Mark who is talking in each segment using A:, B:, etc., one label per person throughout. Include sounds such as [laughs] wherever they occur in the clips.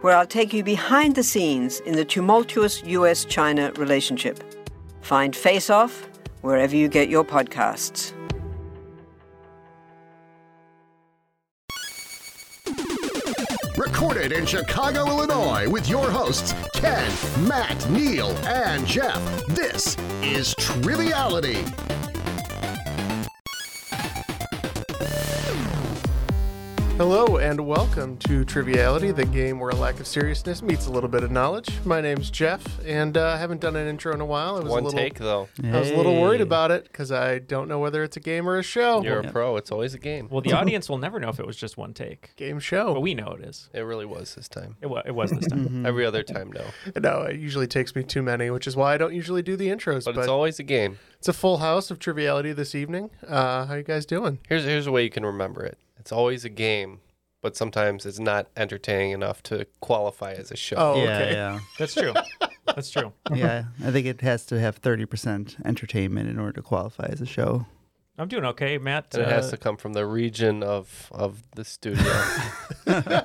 A: where I'll take you behind the scenes in the tumultuous US China relationship. Find Face Off wherever you get your podcasts.
B: Recorded in Chicago, Illinois, with your hosts, Ken, Matt, Neil, and Jeff. This is Triviality.
C: Hello and welcome to Triviality, the game where a lack of seriousness meets a little bit of knowledge. My name's Jeff, and uh, I haven't done an intro in a while. I was
D: One
C: a little,
D: take though.
C: I was a little worried about it because I don't know whether it's a game or a show.
D: You're a pro. It's always a game.
E: Well, the
F: [laughs]
E: audience will never know if it was just one take,
C: game show.
F: Oh.
E: but we know it is.
D: it really was this time.
E: It was, it was this
F: [laughs]
E: time.
D: Every other time, no.
C: no, it usually takes me too many, which is why I don't usually do the intros.
D: But
C: But,
D: it's always a game.
C: it's a full house of Triviality this evening. Uh, how you guys doing?
D: Here's here's a way you can remember it. It's always a game, but sometimes it's not entertaining enough to qualify as a show.
C: Oh,
F: Yeah,
C: okay.
F: yeah,
E: That's true. That's true.
F: yeah. I think it has to have thirty percent entertainment in order to qualify as a show.
E: I'm doing okay, Matt.
D: And it has
E: uh,
D: to come from the region of of the studio.
E: Uh,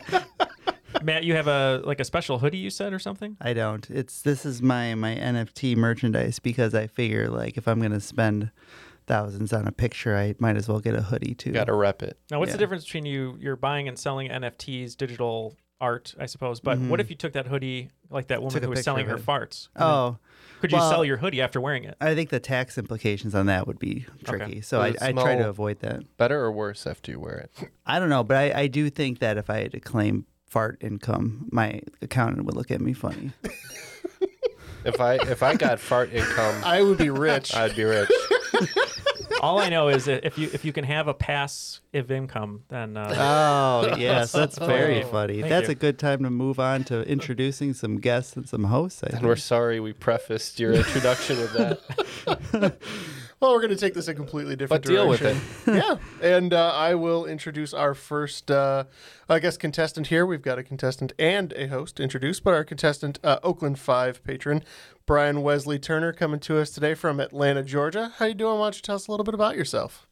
E: Matt, you have a like a special hoodie you said or something.
F: I don't. It's this is my my NFT merchandise because I figure like if I'm gonna spend thousands on a picture, I might as well get a hoodie too.
D: you gotta rep it.
E: Now, what's the
F: Yeah.
E: difference between you you're buying and selling NFTs, digital art, I suppose? But what if you took that hoodie, like that woman
F: Mm-hmm. Took a
E: who was
F: picture
E: selling
F: of
E: her
F: it.
E: farts?
F: oh,
E: Could you
F: well-
E: sell your hoodie after wearing it?
F: I think the tax implications on that would be tricky. So I,
D: Does it
F: I try to
D: smell-
F: avoid that.
D: Better or worse after you wear it.
F: I don't know, but I, I do think that if I had to claim fart income, my accountant would look at me funny.
D: If I if I got fart income,
C: I would be
D: [laughs]
C: rich.
D: I'd be rich.
E: All I know is that if you if you can have a pass of income, then uh,
F: Oh yes, that's very
E: Oh,
F: funny.
E: thank
F: That's
E: you.
F: a good time to move on to introducing some guests and some hosts. I
D: And we're
F: think.
D: sorry we prefaced your introduction with that.
C: Well, we're going to take this a completely different
D: But deal with
C: direction. [laughs] yeah, and uh, I will introduce our first, uh, I guess, contestant here. We've got a contestant and a host introduced, but our contestant, uh, Oakland Five patron Brian Wesley Turner, coming to us today from Atlanta, Georgia. How you doing? Why don't you tell us a little bit about yourself?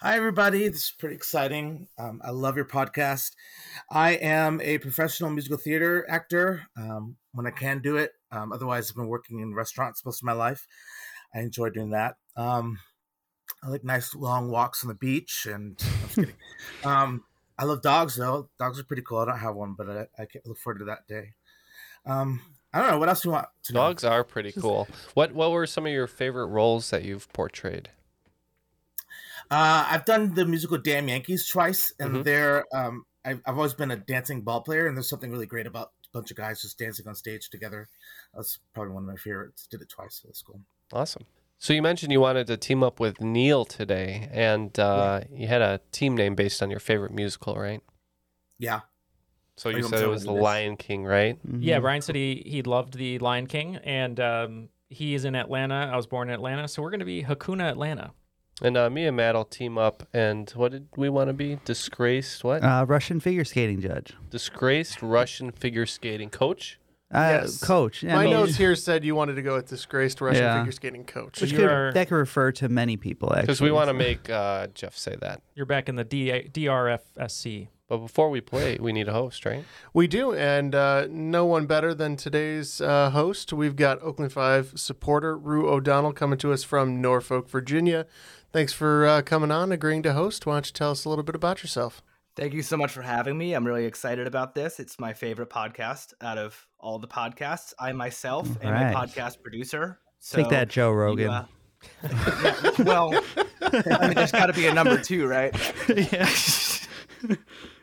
G: Hi, everybody. This is pretty exciting. Um, I love your podcast. I am a professional musical theater actor um, when I can do it. Um, otherwise, I've been working in restaurants most of my life. I enjoy doing that. Um, I like nice long walks on the beach. And I'm
F: [laughs]
G: just kidding. um, I love dogs, though. Dogs are pretty cool. I don't have one, but I, I can't look forward to that day. Um, I don't know. What else do you want to know?
D: Dogs are pretty cool. What what were some of your favorite roles that you've portrayed?
G: Uh, I've done the musical Damn Yankees twice, and they're um, I've, I've always been a dancing ball player, and there's something really great about a bunch of guys just dancing on stage together. That's probably one of my favorites. Did it twice, so that's cool.
D: Awesome. So you mentioned you wanted to team up with Neil today, and uh, you had a team name based on your favorite musical, right?
G: Yeah,
D: So
G: Are
D: you
G: you gonna
D: said it
G: tell
D: was
G: me
D: The
G: this?
D: Lion King, right?
E: yeah, Brian said he he loved the Lion King, and um, he is in Atlanta. I was born in Atlanta, so we're going to be Hakuna Atlanta.
D: And uh, me and Matt will team up, and what did we want to be? Disgraced what?
F: uh, Russian figure skating judge,
D: Disgraced Russian figure skating coach.
F: uh,
C: Yes.
F: coach. I
C: My
F: mean,
C: notes here said you wanted to go with disgraced Russian
F: Yeah.
C: figure skating coach.
F: which
E: you
F: could-
E: are-
F: that could refer to many people actually.
D: Because we want to make uh, Jeff say that.
E: You're back in the D- DRFSC.
D: But before we play, we need a host, right?
C: We do, and uh, no one better than today's uh, host. We've got Oakland Five supporter Rue O'Donnell coming to us from Norfolk, Virginia. Thanks for uh, coming on, agreeing to host. Why don't you tell us a little bit about yourself?
H: Thank you so much for having me. I'm really excited about this. It's my favorite podcast out of all the podcasts. I myself am
F: Alright.
H: a podcast producer. So
F: Take that, Joe
H: you,
F: Rogan.
H: uh, [laughs] well, I mean, there's got to be a number two, right?
F: Yeah.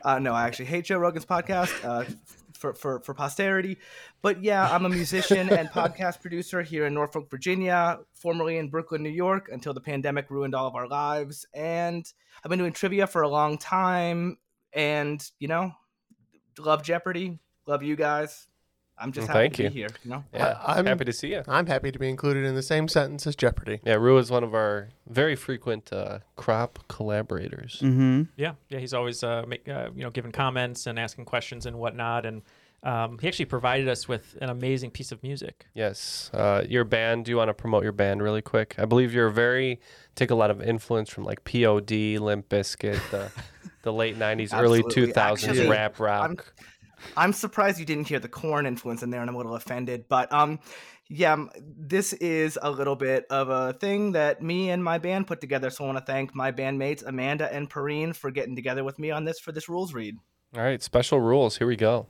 H: uh, no, I actually hate Joe Rogan's podcast uh, for, for, for posterity. But yeah, I'm a musician and podcast producer here in Norfolk, Virginia, formerly in Brooklyn, New York, until the pandemic ruined all of our lives. And I've been doing trivia for a long time. And, you know, love Jeopardy. Love you guys. I'm just happy
D: Thank
H: to
D: you.
H: be here. You know?
D: Yeah, I'm happy to see you.
C: I'm happy to be included in the same sentence as Jeopardy.
D: Yeah, Rue is one of our very frequent uh, crop collaborators.
F: Mm-hmm.
E: Yeah, yeah, he's always uh, make, uh, you know giving comments and asking questions and whatnot, and um, he actually provided us with an amazing piece of music.
D: Yes, uh, your band. Do you want to promote your band really quick? I believe you're very take a lot of influence from like POD, Limp Bizkit,
E: [laughs]
D: the the late '90s, early
H: Absolutely.
D: 2000s
H: Actually,
D: rap rock.
H: I'm, I'm surprised you didn't hear the corn influence in there, and I'm a little offended. But um, yeah, m- this is a little bit of a thing that me and my band put together. So I want to thank my bandmates Amanda and Perrine for getting together with me on this for this rules read.
D: All right, special rules. Here we go.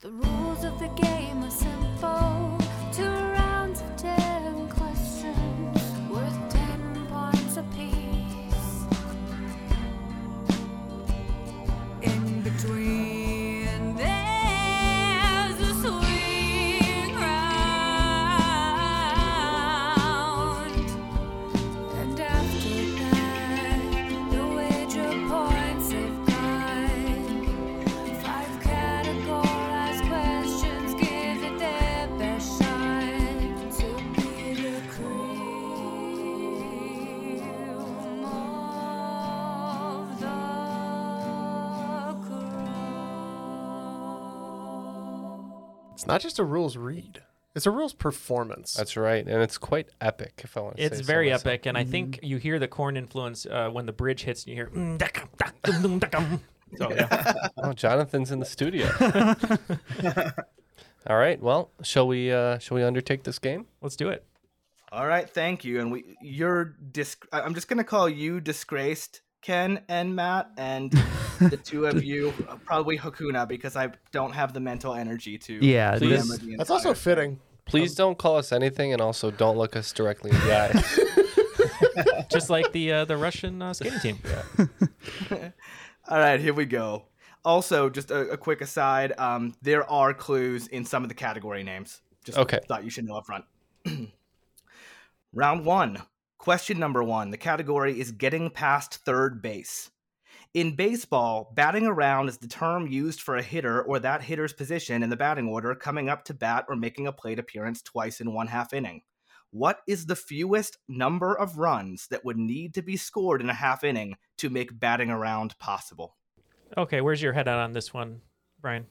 I: The rules of the game are simple. Two rounds of ten questions worth ten points apiece. In between, there's a swing round. And after that, the wager points have gone. Five categorized questions give it their best shot to be the cream of the
C: It's not just a rules read; it's a rules performance.
D: That's right, and it's quite epic. If I want to,
E: It's
D: say so
E: very
D: myself.
E: epic, and I think you hear the corn influence uh, when the bridge hits, and you hear. "Mm, da, gum, da, dum, dum, da, gum." So [laughs] yeah,
D: Oh, Jonathan's in the
E: [laughs]
D: studio. All right. Well, shall we? Uh, shall we undertake this game?
E: Let's do it.
H: All right, thank you. And we, you're dis. I- I'm just gonna call you disgraced, Ken and Matt,
F: [laughs]
H: and the two of you uh, probably Hakuna because I don't have the mental energy to.
F: Yeah,
H: remember
F: this-
H: the
C: That's also fitting.
D: Please
E: Um,
D: don't call us anything, and also don't look us directly in
E: [laughs]
D: the eye.
E: just like the uh, the Russian uh, skating team.
H: All right, here we go. Also, just a, a quick aside: um, there are clues in some of the category names. Just
D: Okay.
H: thought you should know up front. [clears throat] Round one, question number one. The category is getting past third base. In baseball, batting around is the term used for a hitter or that hitter's position in the batting order coming up to bat or making a plate appearance twice in one half inning. What is the fewest number of runs that would need to be scored in a half inning to make batting around possible?
E: Okay, where's your head at on this one, Brian?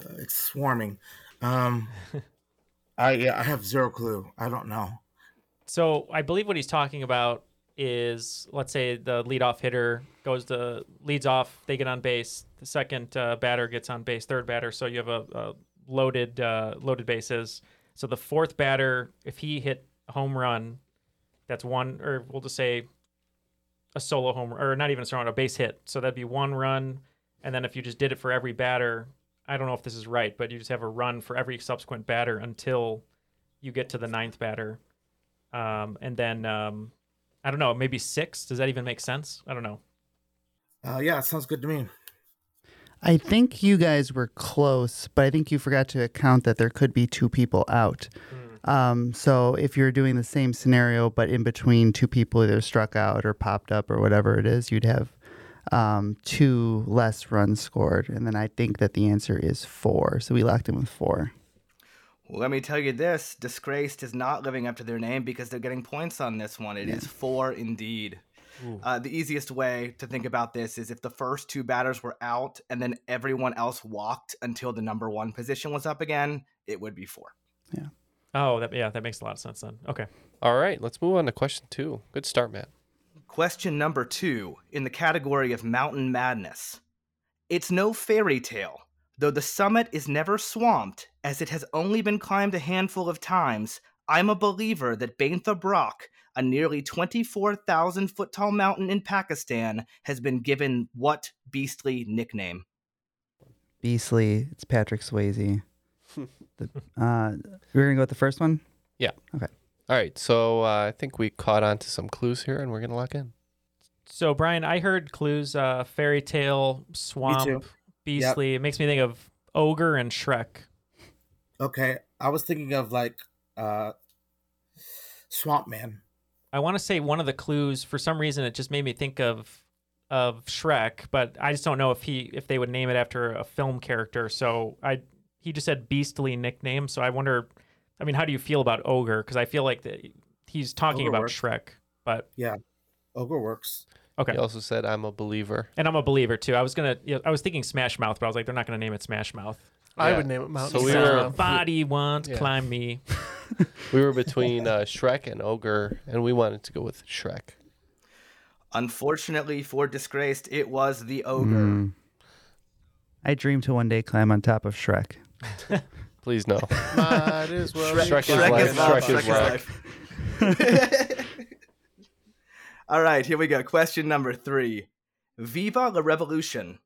G: Uh, It's swarming. Um, [laughs] I yeah, I have zero clue. I don't know.
E: So I believe what he's talking about is let's say the leadoff hitter goes to leads off, they get on base. The second uh, batter gets on base, third batter. So you have a, a loaded uh, loaded bases. So the fourth batter, if he hit a home run, that's one, or we'll just say a solo home or not even a solo, run, a base hit. So that'd be one run, and then if you just did it for every batter, I don't know if this is right, but you just have a run for every subsequent batter until you get to the ninth batter, um, and then um, I don't know, maybe six. Does that even make sense? I don't know.
G: Uh, yeah, it sounds good to me.
F: I think you guys were close, but I think you forgot to account that there could be two people out.
D: Hmm.
F: Um, so if you're doing the same scenario, but in between two people either struck out or popped up or whatever it is, you'd have um, two less runs scored. And then I think that the answer is four. So we locked in with four.
H: Well, let me tell you this Disgraced is not living up to their name because they're getting points on this one. It is four indeed. Uh, the easiest way to think about this is if the first two batters were out and then everyone else walked until the number one position was up again, it would be four.
E: Oh, that yeah, that makes a lot of sense then. Okay.
D: All right. Let's move on to question two. Good start, Matt.
H: Question number two in the category of mountain madness. It's no fairy tale, though the summit is never swamped, as it has only been climbed a handful of times. I'm a believer that Baintha Brock, a nearly 24,000 foot tall mountain in Pakistan, has been given what beastly nickname?
F: Beastly, it's
D: [laughs]
F: Patrick Swayze. The- uh, we're going to go with the first one?
D: Yeah.
F: Okay.
D: All right, so uh, I think we caught on to some clues here, and we're gonna lock in.
E: So Brian, I heard clues uh, fairy tale, swamp, beastly. It makes me think of ogre and Shrek.
G: Okay, I was thinking of like uh Swamp Man.
E: I want to say one of the clues. For some reason, it just made me think of of Shrek, but I just don't know if he if they would name it after a film character. So I he just said beastly nickname. So I wonder. I mean, how do you feel about ogre? Because I feel like the, he's talking
G: Ogre
E: about
G: works.
E: Shrek, but
G: yeah, ogre works.
E: Okay.
D: He also said, "I'm a believer."
E: And I'm a believer too. I was gonna. yeah, I was thinking Smash Mouth, but I was like, they're not gonna name it Smash Mouth.
C: I would name it Mountain
D: So we
E: Summer
D: were
E: Body once,
D: Yeah.
E: climb me.
D: we were between uh, Shrek and Ogre, and we wanted to go with Shrek.
H: Unfortunately for Disgraced, it was the ogre.
F: Mm. I dream to one day climb on top of Shrek.
D: Please no.
C: Might as well be
D: Shrek is
C: Shrek
D: life.
C: is
D: Shrek
C: love.
D: is
C: Shrek is
D: life.
H: [laughs] All right, here we go. Question number three Viva la Revolution.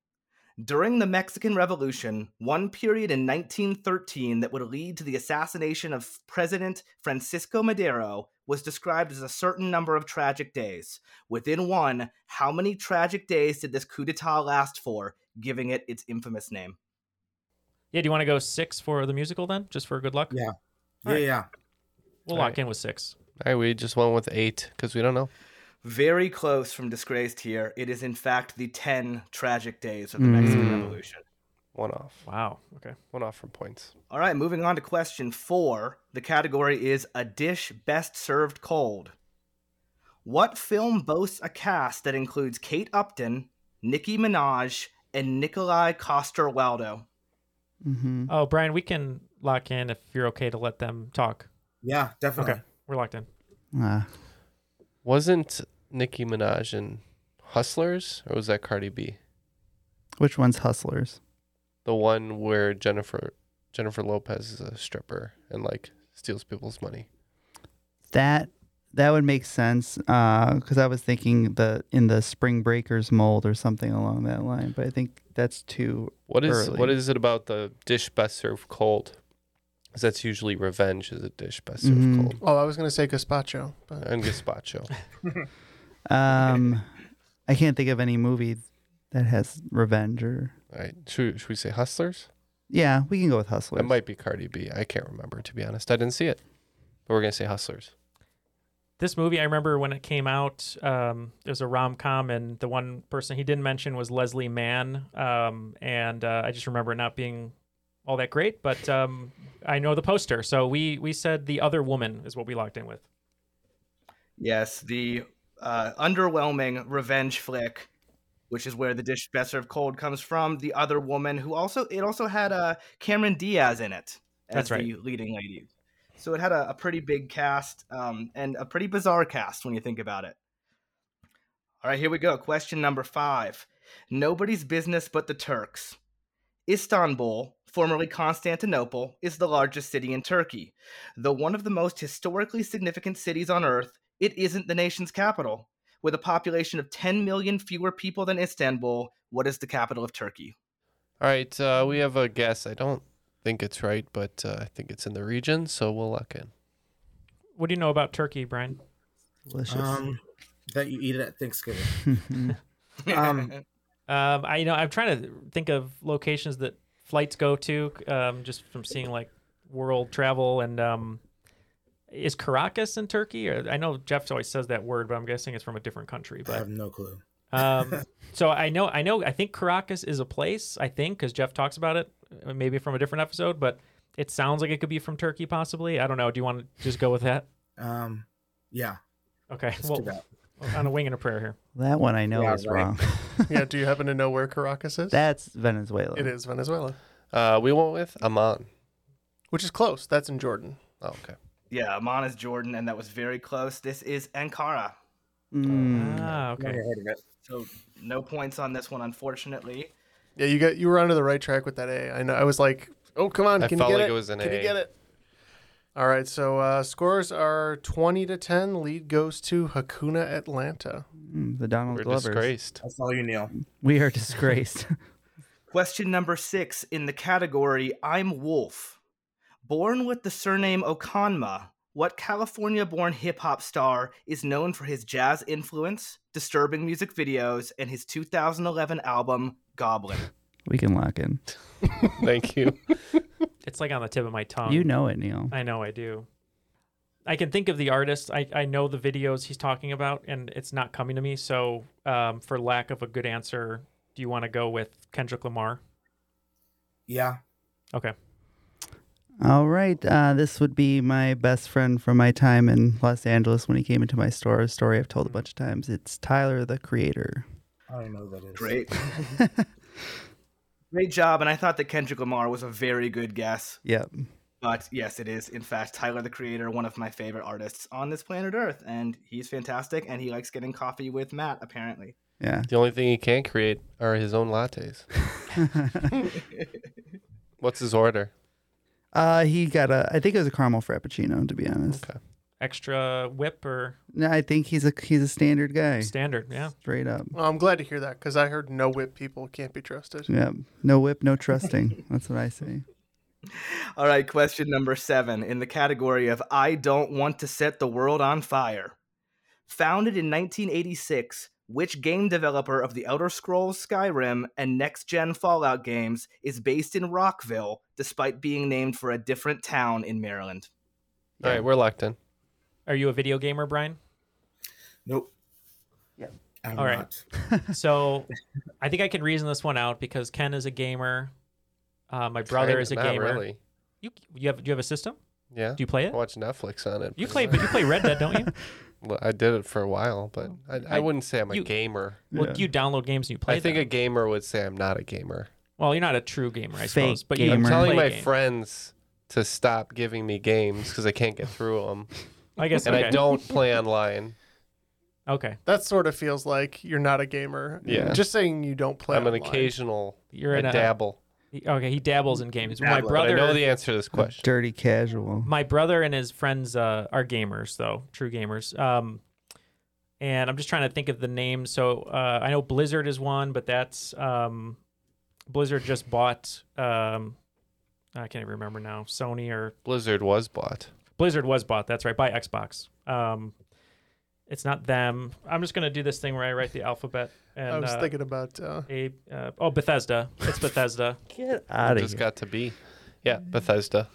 H: During the Mexican Revolution, one period in 1913 that would lead to the assassination of President Francisco Madero was described as a certain number of tragic days. Within one, how many tragic days did this coup d'etat last for, giving it its infamous name?
E: Yeah, do you want to go six for the musical then, just for good luck? Yeah,
H: Yeah, yeah.
E: We'll
D: All
E: lock
D: right.
E: in with six.
D: All right, we just went with eight because we don't know.
H: Very close from disgraced here. It is in fact the ten tragic days of the
D: Mm.
H: Mexican Revolution.
D: One off.
E: Wow. Okay.
D: One off from points.
H: All right, moving on to question four. The category is a dish best served cold. What film boasts a cast that includes Kate Upton, Nicki Minaj, and Nikolai Coster Waldo?
E: Oh, Brian, we can lock in if you're okay to let them talk.
G: Yeah, definitely.
E: Okay, we're locked in.
F: Uh,
D: Wasn't Nicki Minaj in Hustlers, or was that Cardi B?
F: Which one's Hustlers?
D: The one where Jennifer Jennifer Lopez is a stripper and like steals people's money.
F: That that would make sense because I was thinking the in the Spring Breakers mold or something along that line, but I think that's too
D: What is
F: early.
D: what is it about the dish best served cold? Because that's usually revenge is a dish best served
F: Mhm.
D: cold
C: Oh, I was gonna say gazpacho, but
D: and gazpacho.
F: Um, I can't think of any movie that has revenge or
D: All right, should, should we say Hustlers?
F: yeah, we can go with Hustlers.
D: It might be Cardi B. I can't remember to be honest. I didn't see it, but we're gonna say Hustlers.
E: This movie, I remember when it came out, um, it was a rom com, and the one person he didn't mention was Leslie Mann. Um, and uh, I just remember it not being all that great, but um, I know the poster. So we, we said The Other Woman is what we locked in with.
H: Yes, the uh, underwhelming revenge flick, which is where the dish best served cold comes from. The other woman, who also it also had uh, Cameron Diaz in it as
E: That's right.
H: the leading lady. So it had a, a pretty big cast um, and a pretty bizarre cast when you think about it. All right, here we go. Question number five. Nobody's business but the Turks. Istanbul, formerly Constantinople, is the largest city in Turkey. Though one of the most historically significant cities on earth, it isn't the nation's capital. With a population of 10 million fewer people than Istanbul, what is the capital of Turkey?
D: All right, uh, we have a guess. I don't think it's right, but uh, I think it's in the region, so we'll lock in.
E: What do you know about Turkey, Brian?
F: Delicious.
G: Um, that you eat it at Thanksgiving. um,
E: Um, I you know I'm trying to think of locations that flights go to, um, just from seeing like world travel and um, is Caracas in Turkey? Or, I know Jeff always says that word, but I'm guessing it's from a different country.
G: I
E: But
G: have no clue. [laughs]
E: um, so I know I know I think Caracas is a place. I think because Jeff talks about it, uh, maybe from a different episode, but it sounds like it could be from Turkey possibly. I don't know. Do you want to just go with that?
G: Um, yeah.
E: Okay,
G: Let's
E: well,
G: do that.
E: on a wing and a prayer here.
F: that one I know
G: Yeah,
F: is
G: right.
F: wrong.
C: [laughs] yeah. Do you happen to know where Caracas is?
F: [laughs] That's Venezuela.
C: it is Venezuela,
D: Uh, we went with Amman.
C: which is close. That's in Jordan.
D: Oh, okay.
H: [laughs] Yeah, Amman is Jordan, and that was very close. This is Ankara.
F: Mm.
E: Ah, okay.
G: Never heard of it.
H: So no points on this one, unfortunately.
C: Yeah, you got you were onto the right track with that A. I know. I was like, oh come on,
D: I
C: can
D: felt
C: you get
D: like
C: it?
D: it was an
C: can
D: A.
C: you get it? All right, so uh, scores are twenty to ten. Lead goes to Hakuna Atlanta.
F: Mm, the Donald
D: We're
F: Glovers.
D: disgraced.
G: That's all you, Neil.
F: We are disgraced.
H: Question number six in the category I'm Wolf. Born with the surname Okanma, What California born hip hop star is known for his jazz influence, disturbing music videos, and his 2011 album, Goblin?
F: We can lock in.
D: Thank you.
E: It's like on the tip of my tongue.
F: You know it, Neil.
E: I know I do. I can think of the artist. I, I know the videos he's talking about, and it's not coming to me. So, um, for lack of a good answer, do you want to go with Kendrick Lamar?
G: Yeah.
E: Okay.
F: All right. Uh, this would be my best friend from my time in Los Angeles when he came into my store. A story I've
C: Mm.
F: told a bunch of times. It's Tyler the Creator.
G: I don't know who that is.
H: Great. Great job. And I thought that Kendrick Lamar was a very good guess.
F: Yep.
H: But yes, it is, in fact, Tyler the Creator, one of my favorite artists on this planet Earth. And he's fantastic. And he likes getting coffee with Matt, apparently.
F: Yeah.
D: The only thing he can't create are his own
E: [laughs]
D: lattes. What's his order?
F: Uh, he got a. I think it was a caramel frappuccino. To be honest,
E: Extra whip or
F: no, I think he's a he's a standard guy.
E: standard? Yeah.
F: Straight up.
C: Well, I'm glad to hear that because I heard no whip people can't be trusted.
F: Yep. No whip, no [laughs] trusting. That's what I say.
H: All right, question number seven in the category of I Don't Want to Set the World on Fire. Founded in 1986, which game developer of the Elder Scrolls Skyrim and next gen Fallout games is based in Rockville despite being named for a different town in Maryland?
D: All right, we're locked in.
E: Are you a video gamer, Brian?
G: Nope. Yeah. I'm
E: All right.
G: not.
E: [laughs]
D: [laughs]
E: So, I think I can reason this one out because Ken is a gamer. Uh, my brother
D: Kinda,
E: is a
D: not
E: gamer.
D: Really.
E: You you have you have a system?
D: Yeah.
E: Do you play
D: I
E: it?
D: watch Netflix on it.
E: You
D: but
E: play
D: not-
E: but you play Red Dead,
D: [laughs]
E: don't you?
D: Well, I did it for a while, but I, I,
E: I-
D: wouldn't say I'm a
E: you-
D: gamer.
E: Well,
F: Yeah.
E: you download games and you play.
D: I think
E: them.
D: a gamer would say I'm not a gamer.
E: well, you're not a true gamer, I
F: Fake
E: suppose. But you
F: gamer.
D: I'm
F: Gamer.
D: telling
E: play
D: my
E: games.
D: friends to stop giving me games because I can't get through them,
E: I guess.
D: and
E: okay.
D: I don't
E: [laughs]
D: play online.
E: Okay,
C: That sort of feels like you're not a gamer.
D: Yeah.
C: Just saying you don't play.
D: I'm an
C: online.
D: occasional.
E: You're
D: I
E: in a-
D: dabble.
E: He- okay. He dabbles in games. my
G: Dabble, but I
D: But I
E: brother.
D: know the answer to this question.
F: Dirty casual.
E: my brother and his friends uh, are gamers though true gamers um, and i'm just trying to think of the names so uh, i know blizzard is one but that's um, blizzard just bought um, i can't even remember now sony or
D: Blizzard was bought.
E: blizzard was bought that's right by xbox um, it's not them i'm just going to do this thing where i write the alphabet and
C: I was
E: uh,
C: thinking about. Uh,
E: a, uh, oh bethesda it's bethesda
F: Get
D: It
F: out
D: just got to be. Yeah, Bethesda.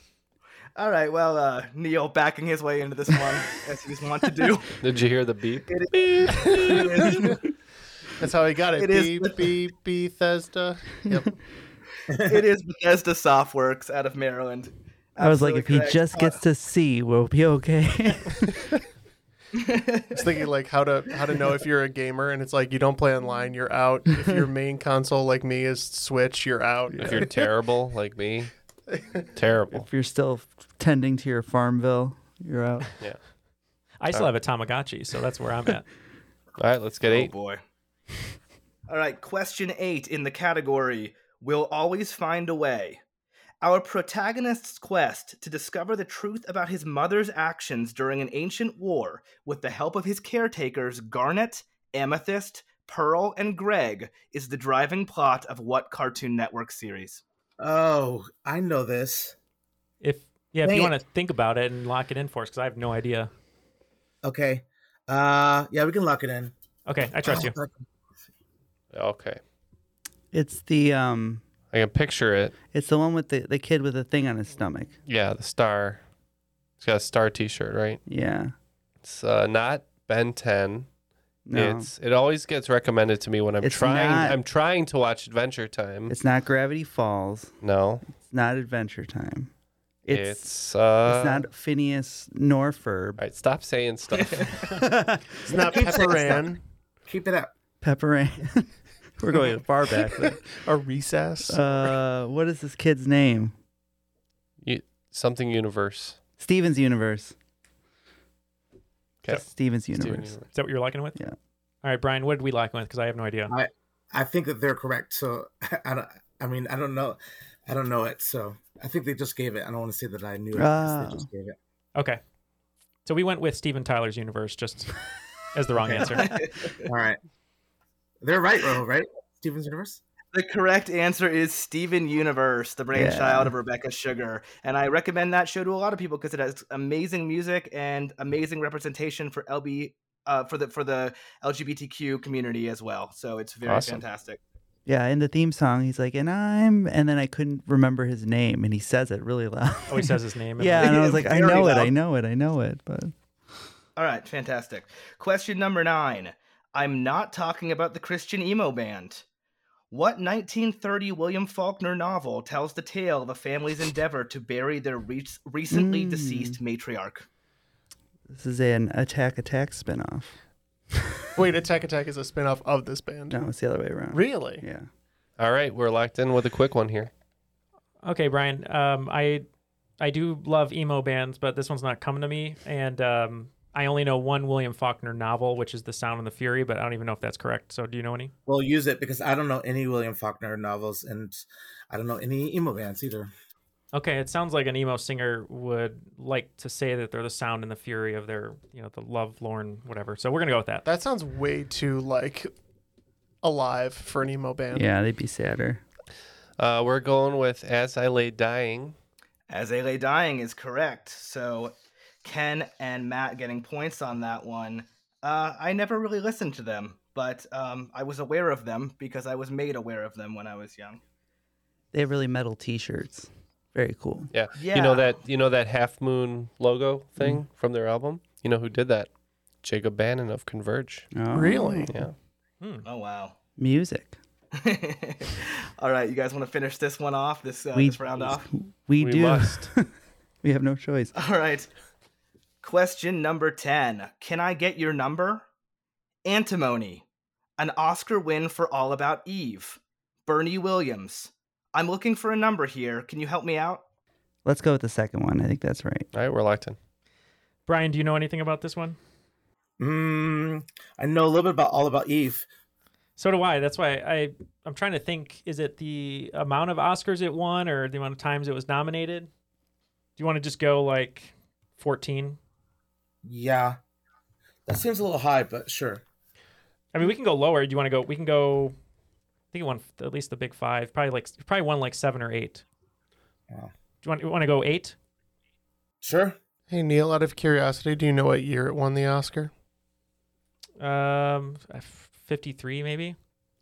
H: All right, well, uh, Neil backing his way into this one, as he's wont to do.
D: Did you hear the beep?
H: It is,
C: that's how he got it.
H: It is-
C: B B Bethesda. Yep.
H: it is Bethesda Softworks out of Maryland.
F: I was like,
H: Absolutely
F: if he
H: correct. Uh,
F: just gets to C, we'll be okay.
C: I was thinking like how to how to know if you're a gamer, and it's like you don't play online, you're out. If your main console like me is Switch, you're out.
D: If you're terrible
F: [laughs]
D: like me, terrible.
F: if you're still tending to your Farmville, you're out.
D: Yeah.
E: i
F: Oh.
E: still have a tamagotchi so that's where i'm
F: [laughs]
E: at
D: All right, let's get
H: Oh
D: eight.
H: boy. All right, question eight in the category We'll Always Find a Way. Our protagonist's quest to discover the truth about his mother's actions during an ancient war with the help of his caretakers Garnet, Amethyst, Pearl, and Greg is the driving plot of what Cartoon Network series?
G: [laughs] Oh, I know this.
E: if yeah if
G: Dang
E: you
G: it.
E: want to think about it and lock it in for us because i have no idea
G: Okay. Uh, yeah, we can lock it in.
E: Okay, I trust you.
F: Oh.
D: Okay.
F: It's the um,
D: I can picture it.
F: it's the one with the, the kid with the thing on his stomach.
D: Yeah, the star. It's got a star T-shirt, right?
F: Yeah.
D: It's uh, not Ben 10.
F: No. It's,
D: It's it always gets recommended to me when I'm
F: It's
D: trying.
F: not.
D: I'm trying to watch Adventure Time.
F: not Gravity Falls.
D: no,
F: It's not Adventure Time.
D: it's
F: It's it's,
D: uh,
F: not Phineas nor Ferb.
D: All right, stop
F: [laughs]
D: saying stuff. [laughs]
C: It's not Pepperan
G: Keep it up.
F: Pepper Ann. We're going far back.
C: [laughs]
F: but,
C: or Recess.
F: uh, what is this kid's name?
D: you, something universe.
F: Steven's Universe.
D: Okay.
F: Steven's Universe.
D: Steven
E: Is that what you're locking with?
F: Yeah.
E: All right, Brian, what did we lock in with? Because I have no idea.
G: I, I think that they're correct. So [laughs] I don't. I mean, I don't know. I don't know it. So I think they just gave it. I don't want to say that I knew it. 'cause They
F: Ah.
G: just gave it.
E: Okay. So we went with Steven Tyler's universe just
F: [laughs]
E: as the wrong answer.
G: All right. They're right, though, right? Steven's universe.
H: The correct answer is Steven Universe, the brainchild
F: Yeah.
H: of Rebecca Sugar. And I recommend that show to a lot of people because it has amazing music and amazing representation for LB uh, for the for the LGBTQ community as well. So it's very
F: Awesome.
H: fantastic.
F: Yeah, in the theme song, he's like, and I'm, and then I couldn't remember his name, and he says it really loud.
E: Oh, he says his name and
F: yeah,
E: then-
F: and I
H: [laughs]
F: was like, I
H: Very
F: know it,
H: loud.
F: I know it, I know it. But
H: All right, fantastic. Question number nine. I'm not talking about the Christian emo band. What 1930 William Faulkner novel tells the tale of a family's endeavor to bury their re- recently
F: Mm.
H: deceased matriarch?
F: this is an Attack Attack spinoff.
C: Wait, Attack Attack is a spinoff of this band.
F: No, it's the other way around.
C: Really?
F: Yeah.
D: All right, we're locked in with a quick one here.
E: Okay, Brian. Um, I I do love emo bands, but this one's not coming to me. And um, I only know one William Faulkner novel, which is The Sound and the Fury, but I don't even know if that's correct. So, do you know any?
G: Well, use it because I don't know any William Faulkner novels, and I don't know any emo bands either.
E: Okay, it sounds like an emo singer would like to say that they're the sound and the fury of their, you know, the love lorn whatever. So we're gonna go with that.
C: That sounds way too like alive for an emo band.
F: Yeah, they'd be sadder.
D: Uh, we're going with As I Lay Dying.
H: As they lay dying is correct. So Ken and Matt getting points on that one. Uh, I never really listened to them, but um, I was aware of them because I was made aware of them when I was young.
F: They have really metal T-shirts. Very cool.
D: Yeah. You know
H: Yeah.
D: that you know that half moon logo thing
F: Mm-hmm.
D: from their album? You know who did that? Jacob Bannon of Converge.
F: Oh.
C: Really?
D: Yeah.
H: Oh, wow.
F: Music.
H: [laughs] All right, you guys want to finish this one off, this, uh, this round off?
F: We,
D: We
F: do.
D: must.
F: we have no choice.
H: [laughs] All right. Question number 10 Can I get your number? Antimony, an Oscar win for All About Eve, Bernie Williams. I'm looking for a number here. Can you help me out?
F: Let's go with the second one. I think that's right.
D: All right, we're locked in.
E: Brian, do you know anything about this one?
G: Mm, I know a little bit about All About Eve.
E: So do I. That's why I I'm trying to think. Is it the amount of Oscars it won, or the amount of times it was nominated? Do you want to just go like 14?
G: Yeah, that seems a little high, but sure.
E: I mean, we can go lower. Do you want to go? We can go. I think it won f- at least the big five. Probably like probably won like seven or eight.
G: Wow.
E: Do you want, you want to go eight?
G: Sure.
C: Hey Neil, out of curiosity, do you know what year it won the Oscar?
E: Um, fifty three maybe.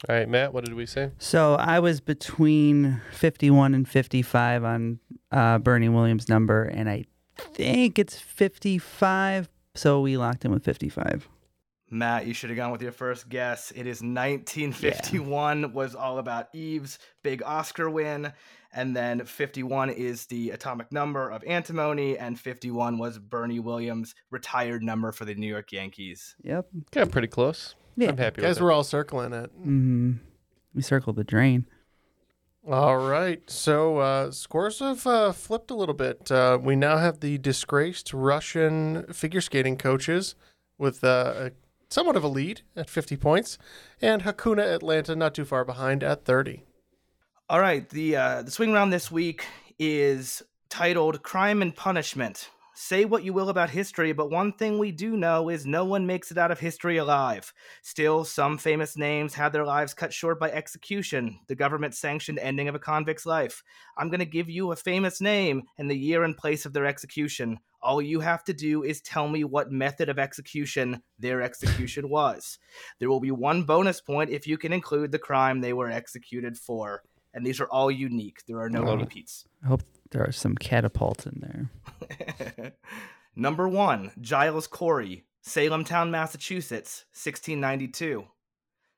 D: All right, Matt, what did we say?
F: So I was between 51 and 55 on uh, Bernie Williams' number, and I think it's 55. So we locked in with 55.
H: Matt, you should have gone with your first guess. It is 1951 was all about Eve's big Oscar win, and then 51 is the atomic number of antimony, and 51 was Bernie Williams' retired number for the New York Yankees.
F: Yep.
D: Got pretty close.
F: Yeah.
D: I'm happy
C: guys
D: with
C: we're all circling it.
F: hmm We circled the drain.
C: All right. So uh, scores have uh, flipped a little bit. Uh, we now have the disgraced Russian figure skating coaches with uh, a, somewhat of a lead at 50 points, and Hakuna Atlanta not too far behind at 30.
H: All right, the uh, the swing round this week is titled "Crime and Punishment." Say what you will about history, but one thing we do know is no one makes it out of history alive. Still, some famous names had their lives cut short by execution, the government sanctioned ending of a convict's life. I'm going to give you a famous name and the year and place of their execution. All you have to do is tell me what method of execution their execution was. There will be one bonus point if you can include the crime they were executed for. And these are all unique. There are no
D: Love it.
H: repeats.
F: I hope there are some catapults in there.
H: [laughs] Number one, Giles Corey, Salemtown, Massachusetts, 1692.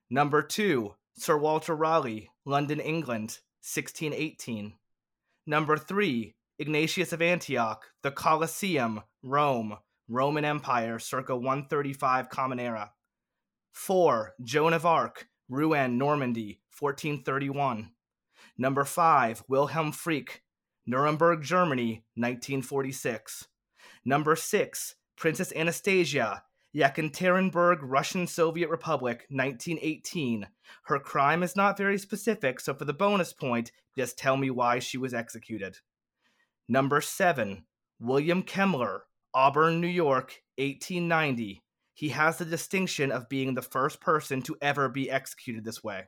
H: Number two, Sir Walter Raleigh, London, England, 1618. Number three, Ignatius of Antioch, the Colosseum, Rome, Roman Empire, circa 135 Common Era. Four, Joan of Arc, Rouen, Normandy, 1431. Number five, Wilhelm Freke, Nuremberg, Germany, 1946. Number six, Princess Anastasia, Yekaterinburg, Russian Soviet Republic, 1918. Her crime is not very specific, so for the bonus point, just tell me why she was executed. Number seven, William Kemmler, Auburn, New York, 1890. He has the distinction of being the first person to ever be executed this way.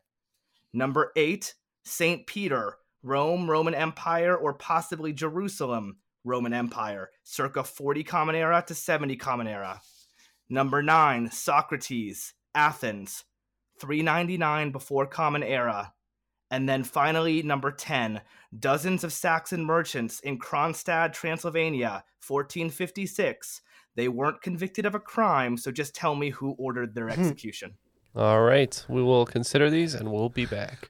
H: Number eight, St. Peter, Rome, Roman Empire, or possibly Jerusalem, Roman Empire, circa 40 Common Era to 70 Common Era. Number nine, Socrates, Athens, 399 before Common Era. And then finally, number 10, dozens of Saxon merchants in Kronstadt, Transylvania, 1456. They weren't convicted of a crime, so just tell me who ordered their
D: Hmm.
H: execution.
D: All right, we will consider these and we'll be back.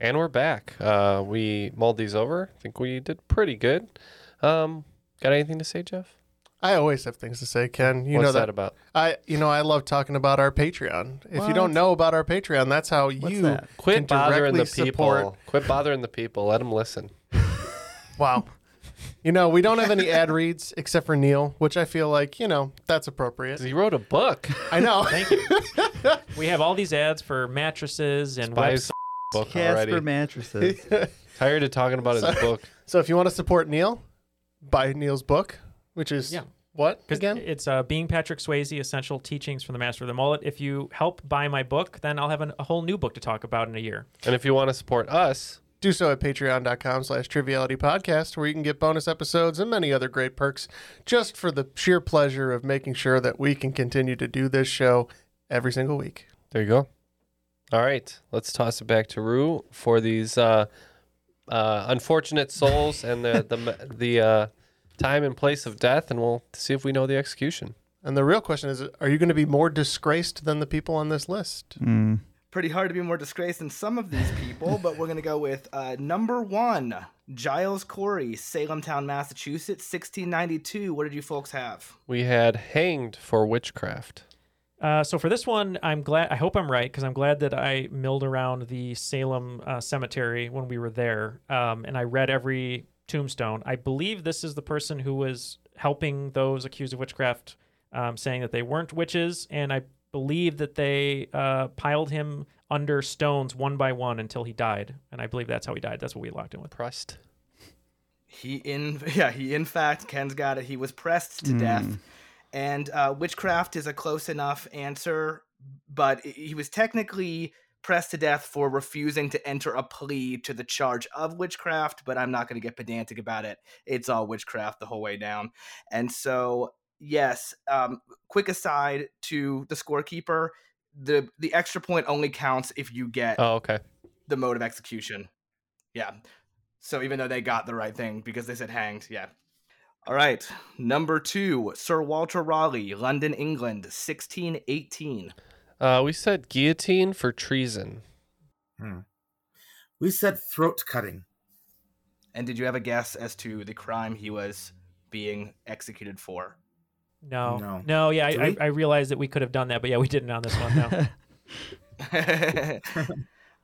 D: And we're back. Uh, we mulled these over. I think we did pretty good. Um, got anything to say, Jeff?
C: I always have things to say, Ken. You
D: What's
C: know
D: that about?
C: I, you know, I love talking about our Patreon. If you
D: What?
C: don't know about our Patreon, that's how you can
D: Quit bothering
C: directly
D: the people.
C: support.
D: Quit bothering the people. Let them listen.
C: Wow. You know, we don't have any ad reads except for Neil, which I feel like, you know, that's appropriate.
D: He wrote
C: [laughs]
D: a book.
C: I know.
E: Thank you. we have all these ads for mattresses and
D: Buy
E: webs.
D: his book already. Tired of talking about his
C: So-
D: book.
C: [laughs] So if you want to support Neil, buy Neil's book, which is
E: Yeah.
C: what?
E: Again? It's uh, Being Patrick Swayze, Essential Teachings from the Master of the Mullet. If you help buy my book, then I'll have an, a whole new book to talk about in a year.
D: And if you want to support us,
C: do so at patreon.com slash triviality podcast where you can get bonus episodes and many other great perks just for the sheer pleasure of making sure that we can continue to do this show every single week
D: There you go. All right, let's toss it back to Rue for these uh, uh, unfortunate souls and the the [laughs] the uh, time and place of death, and we'll see if we know the execution.
C: and the real question is are you going to be more disgraced than the people on this list
F: Mm.
H: Pretty hard to be more disgraced than some of these people, but we're going to go with uh, number one, Giles Corey, Salemtown, Massachusetts, 1692. What did you folks have?
D: We had hanged for witchcraft.
E: Uh, so for this one, I'm glad. I hope I'm right because I'm glad that I milled around the Salem uh, cemetery when we were there, um, and I read every tombstone. I believe this is the person who was helping those accused of witchcraft, um, saying that they weren't witches, and I believe that they uh, piled him under stones one by one until he died, and I believe that's how he died. That's what we locked in with.
D: Pressed.
H: He in [laughs] yeah he in fact Ken's got it. He was pressed to
E: Mm.
H: death, and uh, witchcraft is a close enough answer, but i- he was technically pressed to death for refusing to enter a plea to the charge of witchcraft. But I'm not going to get pedantic about it. It's all witchcraft the whole way down, and so yes. Um, quick aside to the scorekeeper, the the extra point only counts if you get
D: Oh, okay.
H: the mode of execution. Yeah. So even though they got the right thing because they said hanged, yeah. All right. Number two, Sir Walter Raleigh, London, England, 1618.
D: Uh, we said guillotine for treason.
H: We said throat cutting. And did you have a guess as to the crime he was being executed for? [laughs]
E: No,
H: No.
E: no, yeah,
H: Do
E: I, I,
H: we?
E: I realized that we could have done that, but yeah, we didn't on this one. No.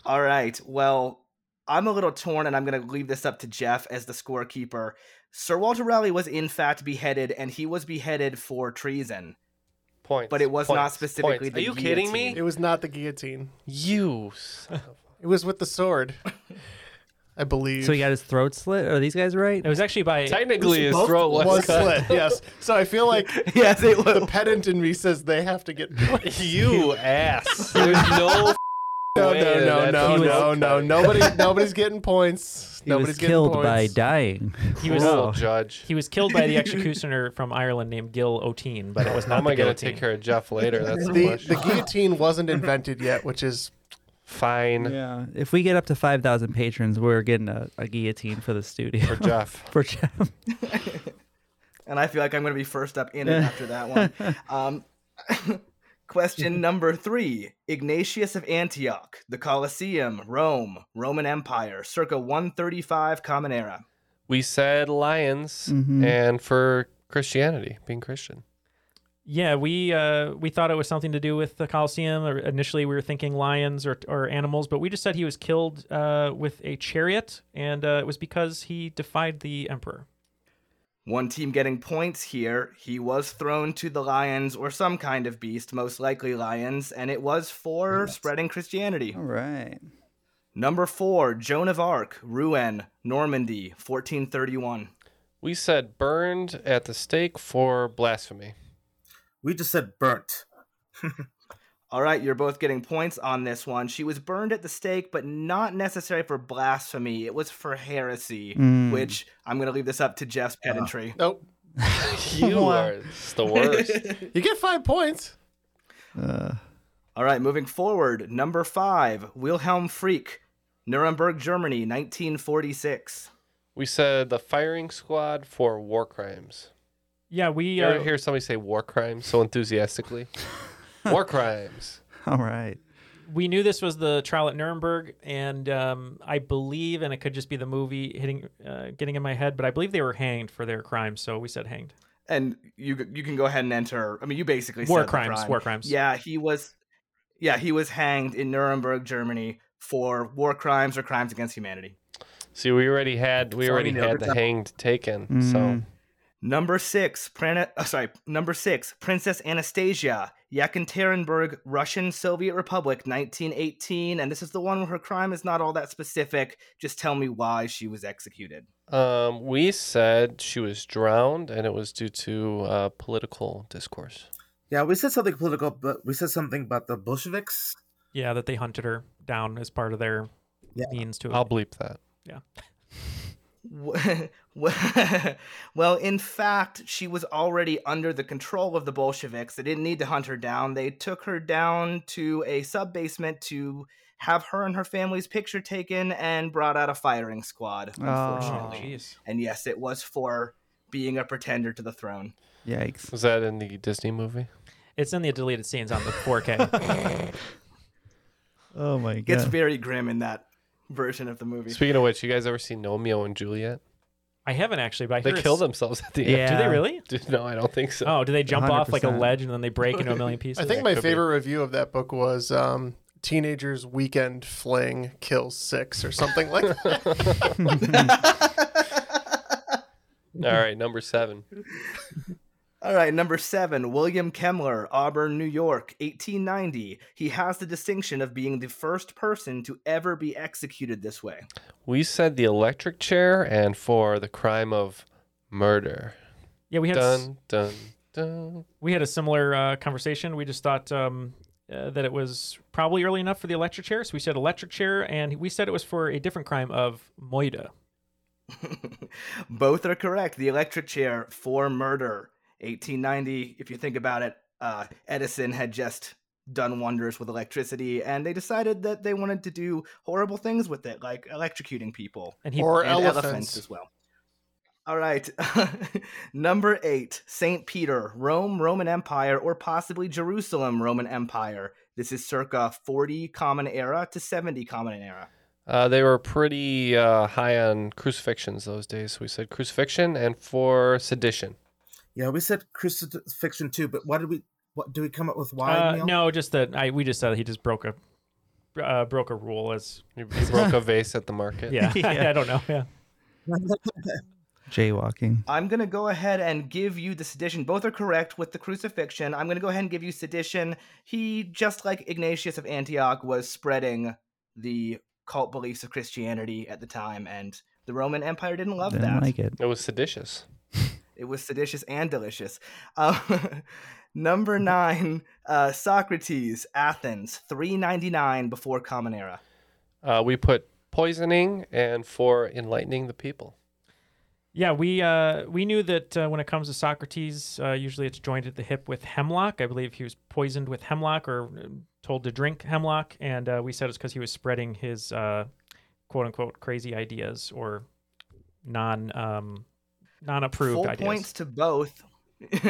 H: All right. Well, I'm a little torn, and I'm going to leave this up to Jeff as the scorekeeper. Sir Walter Raleigh was in fact beheaded, and he was beheaded for treason. [laughs]
D: Points.
H: But it was not
D: points,
H: specifically
D: points.
H: the
D: Are you kidding me?
C: it was not the guillotine
D: you
C: it was with the sword i believe
J: So he got his throat slit. Are these guys right?
E: It was actually by
D: Technically, his throat was, [laughs] cut.
C: slit, yes so i feel like
D: [laughs]
H: yes
C: the pedant in me says they have to get
D: You ass. There's [laughs] no
C: No,
D: Wait,
C: no, no,
D: oh, that's-
C: no,
D: he was-
C: no, no. Nobody, nobody's getting points.
J: He
C: nobody's
J: was
C: getting
J: killed
C: points.
J: by dying.
E: He was
J: Wow.
D: judge.
E: He was killed by the executioner from Ireland named Gil O'Teen, but it was
D: How
E: not.
D: am
E: the
D: I gonna
E: guillotine.
D: take care of Jeff later? That's
C: [laughs]
D: the
C: the,
D: question.
C: the guillotine wasn't invented yet, which is
D: fine.
J: Yeah. If we get up to 5,000 patrons, we're getting a, a guillotine for the studio. [laughs] For
D: Jeff.
J: for Jeff.
H: and I feel like I'm going to be first up in it after that one. Um, [laughs] question number three Ignatius of Antioch, the Colosseum, Rome, Roman Empire, circa 135 Common Era.
D: We said lions
E: Mhm.
D: and for Christianity, being Christian.
E: Yeah, we uh, we thought it was something to do with the Colosseum. Or Initially, we were thinking lions or, or animals, but we just said he was killed uh, with a chariot, and uh, it was because he defied the emperor.
H: One team getting points here. He was thrown to the lions or some kind of beast, most likely lions, and it was for spreading Christianity.
G: Oh.
H: All
J: right.
H: Number four, Joan of Arc, Rouen, Normandy, 1431.
D: We said burned at the stake for blasphemy.
H: We just said burnt. [laughs] All right, you're both getting points on this one. She was burned at the stake, but not necessary for blasphemy. It was for heresy,
J: Mm.
H: which I'm going to leave this up to Jeff's pedantry.
C: nope.
D: [laughs] You are it's the worst.
C: you get five points.
H: All right, moving forward. Number five, Wilhelm Frieck, Nuremberg, Germany, 1946.
D: We said the firing squad for war crimes.
E: Yeah, we
D: You ever
E: uh,
D: hear somebody say war crimes so enthusiastically? war crimes.
J: All right.
E: we knew this was the trial at Nuremberg, and um, I believe, and it could just be the movie hitting, uh, getting in my head, but I believe they were hanged for their crimes, so we said hanged.
H: And you you can go ahead and enter. I mean, you basically
E: War
H: said the
E: crimes,
H: crime.
E: war crimes.
H: Yeah, he was. Yeah, he was hanged in Nuremberg, Germany, for war crimes or crimes against humanity.
D: See, we already had we
H: So,
D: already
H: you know,
D: had
H: there's
D: the
H: a-
D: hanged taken. So
H: Mm. Number six, Pran- uh, sorry, number six, Princess Anastasia, Yekaterinburg, Russian Soviet Republic, 1918, and this is the one where her crime is not all that specific. Just tell me why she was executed.
D: um, we said she was drowned, and it was due to uh, political discourse.
G: Yeah, we said something political, but we said something about the Bolsheviks.
E: Yeah, that they hunted her down as part of their means to.
D: I'll bleep that.
E: Yeah.
H: [laughs] well, in fact, she was already under the control of the Bolsheviks. They didn't need to hunt her down. They took her down to a sub basement to have her and her family's picture taken and brought out a firing squad,
E: Oh,
D: Oh,
H: unfortunately. And yes, it was for being a pretender to the throne.
J: Yikes.
D: Was that in the Disney movie?
E: It's in the deleted scenes
D: [laughs]
E: on the 4K.
J: Oh my god.
H: Gets very grim in that version of the movie.
D: Speaking of which, you guys ever seen Romeo and Juliet?
E: I haven't actually, but I
D: They
E: hear
D: kill
E: it's-
D: themselves at the
E: Do
D: end.
E: they really?
D: [laughs] Dude, no, I don't think so.
E: Oh, do they jump off like a
D: 100%.
E: ledge and then they break into a million
C: [laughs]
E: pieces?
C: I think my favorite review of that book was um, "Teenagers Weekend Fling Kills Six or something
D: [laughs]
C: like. that.
D: All right, number seven.
H: All right, number seven, William Kemmler, Auburn, New York, 1890. He has the distinction of being the first person to ever be executed this way. [laughs]
D: We said the electric chair, and for the crime of murder.
E: Yeah, we had s-
D: dun dun dun.
E: We had a similar uh, conversation. We just thought um, uh, that it was probably early enough for the electric chair, so we said electric chair, and we said it was for a different crime of moida.
H: Both are correct. The electric chair for murder, 1890. If you think about it, uh, Edison had just done wonders with electricity, and they decided that they wanted to do horrible things with it, like electrocuting people
E: And he- uh,
C: Or
H: and
C: elephants.
H: as well. All right, [laughs] number eight, Saint Peter, Rome, Roman Empire, or possibly Jerusalem, Roman Empire. This is circa 40 Common Era to 70 Common Era.
D: Uh, they were pretty uh, high on crucifixions those days. So we said crucifixion, and for sedition.
G: Yeah, we said crucifixion too, but why did we? What do we come up with? Why?
E: Uh,
C: E
G: Neil?
E: no, just that I we just said he just broke a uh, broke a rule as
D: he broke a vase at the market. [laughs]
E: Yeah, [laughs] I don't know. Yeah.
J: Jaywalking.
H: I'm going to go ahead and give you the sedition. Both are correct with the crucifixion. I'm going to go ahead and give you sedition. He, just like Ignatius of Antioch, was spreading the cult beliefs of Christianity at the time, and the Roman Empire didn't love
J: Didn't
H: that.
J: like it.
D: It was seditious.
H: It was seditious and delicious. Um, [laughs] Number nine, uh, Socrates, Athens, 399 before Common Era.
D: Uh, we put poisoning and for enlightening the people.
E: Yeah, we uh, we knew that uh, when it comes to Socrates, uh, usually it's joined at the hip with hemlock. I believe he was poisoned with hemlock or uh, told to drink hemlock, and uh, we said it's because he was spreading his uh, quote unquote crazy ideas or non um, non approved
H: Full
E: ideas.
H: points to both.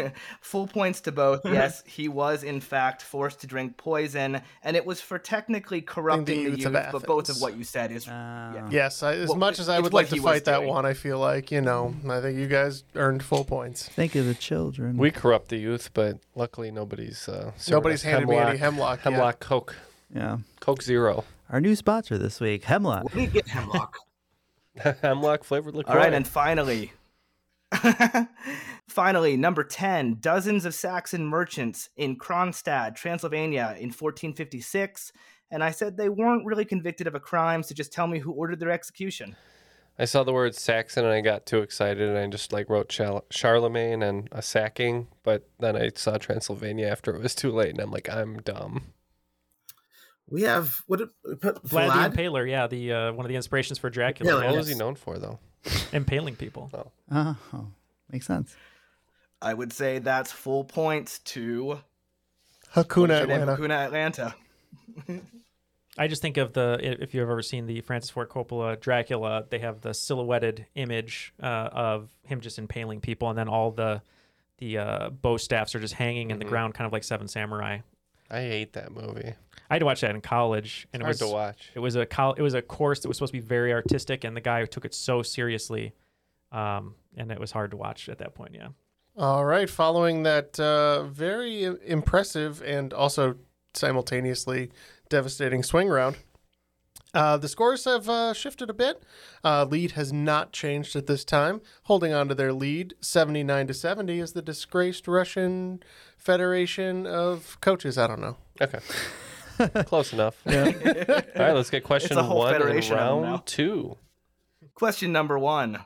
H: [laughs] Full points to both. Yes, he was in fact forced to drink poison, and it was for technically corrupting the
C: youth
H: youth.
C: of
H: but both of
C: Athens.
H: what you said is yeah.
C: Yes, I, as
H: What-
C: much as I
H: it's
C: would
H: what
C: like to
H: he was
C: fight that
H: doing.
C: one, I feel like, you know, I think you guys earned full points.
F: Think of the children.
D: We corrupt the youth, but luckily nobody's uh, serving
C: Nobody's
D: us
C: handed me any hemlock yet.
D: Hemlock Coke.
F: Yeah.
D: Coke Zero.
F: Our new sponsor this week, Hemlock.
H: We get hemlock.
D: [laughs] hemlock flavored liquor.
H: All right, and finally, [laughs] finally, number 10 dozens of Saxon merchants in Kronstadt, Transylvania in 1456. And I said they weren't really convicted of a crime, so just tell me who ordered their execution.
D: I saw the word Saxon and I got too excited and I just like wrote Char- Charlemagne and a sacking, but then I saw Transylvania after it was too late and I'm like, I'm dumb.
G: We have what did we put
E: Vlad
G: Vlad?
E: the Impaler, yeah, the uh, one of the inspirations for Dracula.
G: Impaler, What was
D: yes. he known for though?
E: Impaling people.
F: Oh, makes sense.
H: I would say that's full points to
C: Hakuna Atlanta.
H: Hakuna Atlanta.
E: I just think of the if you've ever seen the Francis Ford Coppola Dracula, they have the silhouetted image uh, of him just impaling people, and then all the the uh, bow staffs are just hanging in the
D: Mhm.
E: ground, kind of like Seven Samurai.
D: I hate that movie.
E: I had to watch that in college, and it
D: Hard
E: was
D: to
H: [laughs]
D: watch.
E: It was a col- it was a course that was supposed to be very artistic, and the guy took it so seriously, um, and it was hard to watch at that point. Yeah,
C: All right, following that uh, very i- impressive and also simultaneously devastating swing round, uh, the scores have uh, shifted a bit. Uh, lead has not changed at this time. Holding on to their lead, 79 to 70, is the disgraced Russian Federation of Coaches. I don't know.
D: Okay. Close [laughs] enough. All right, let's get question
H: It's a whole
D: one in
H: federation of them now.
D: round two.
H: Question number one.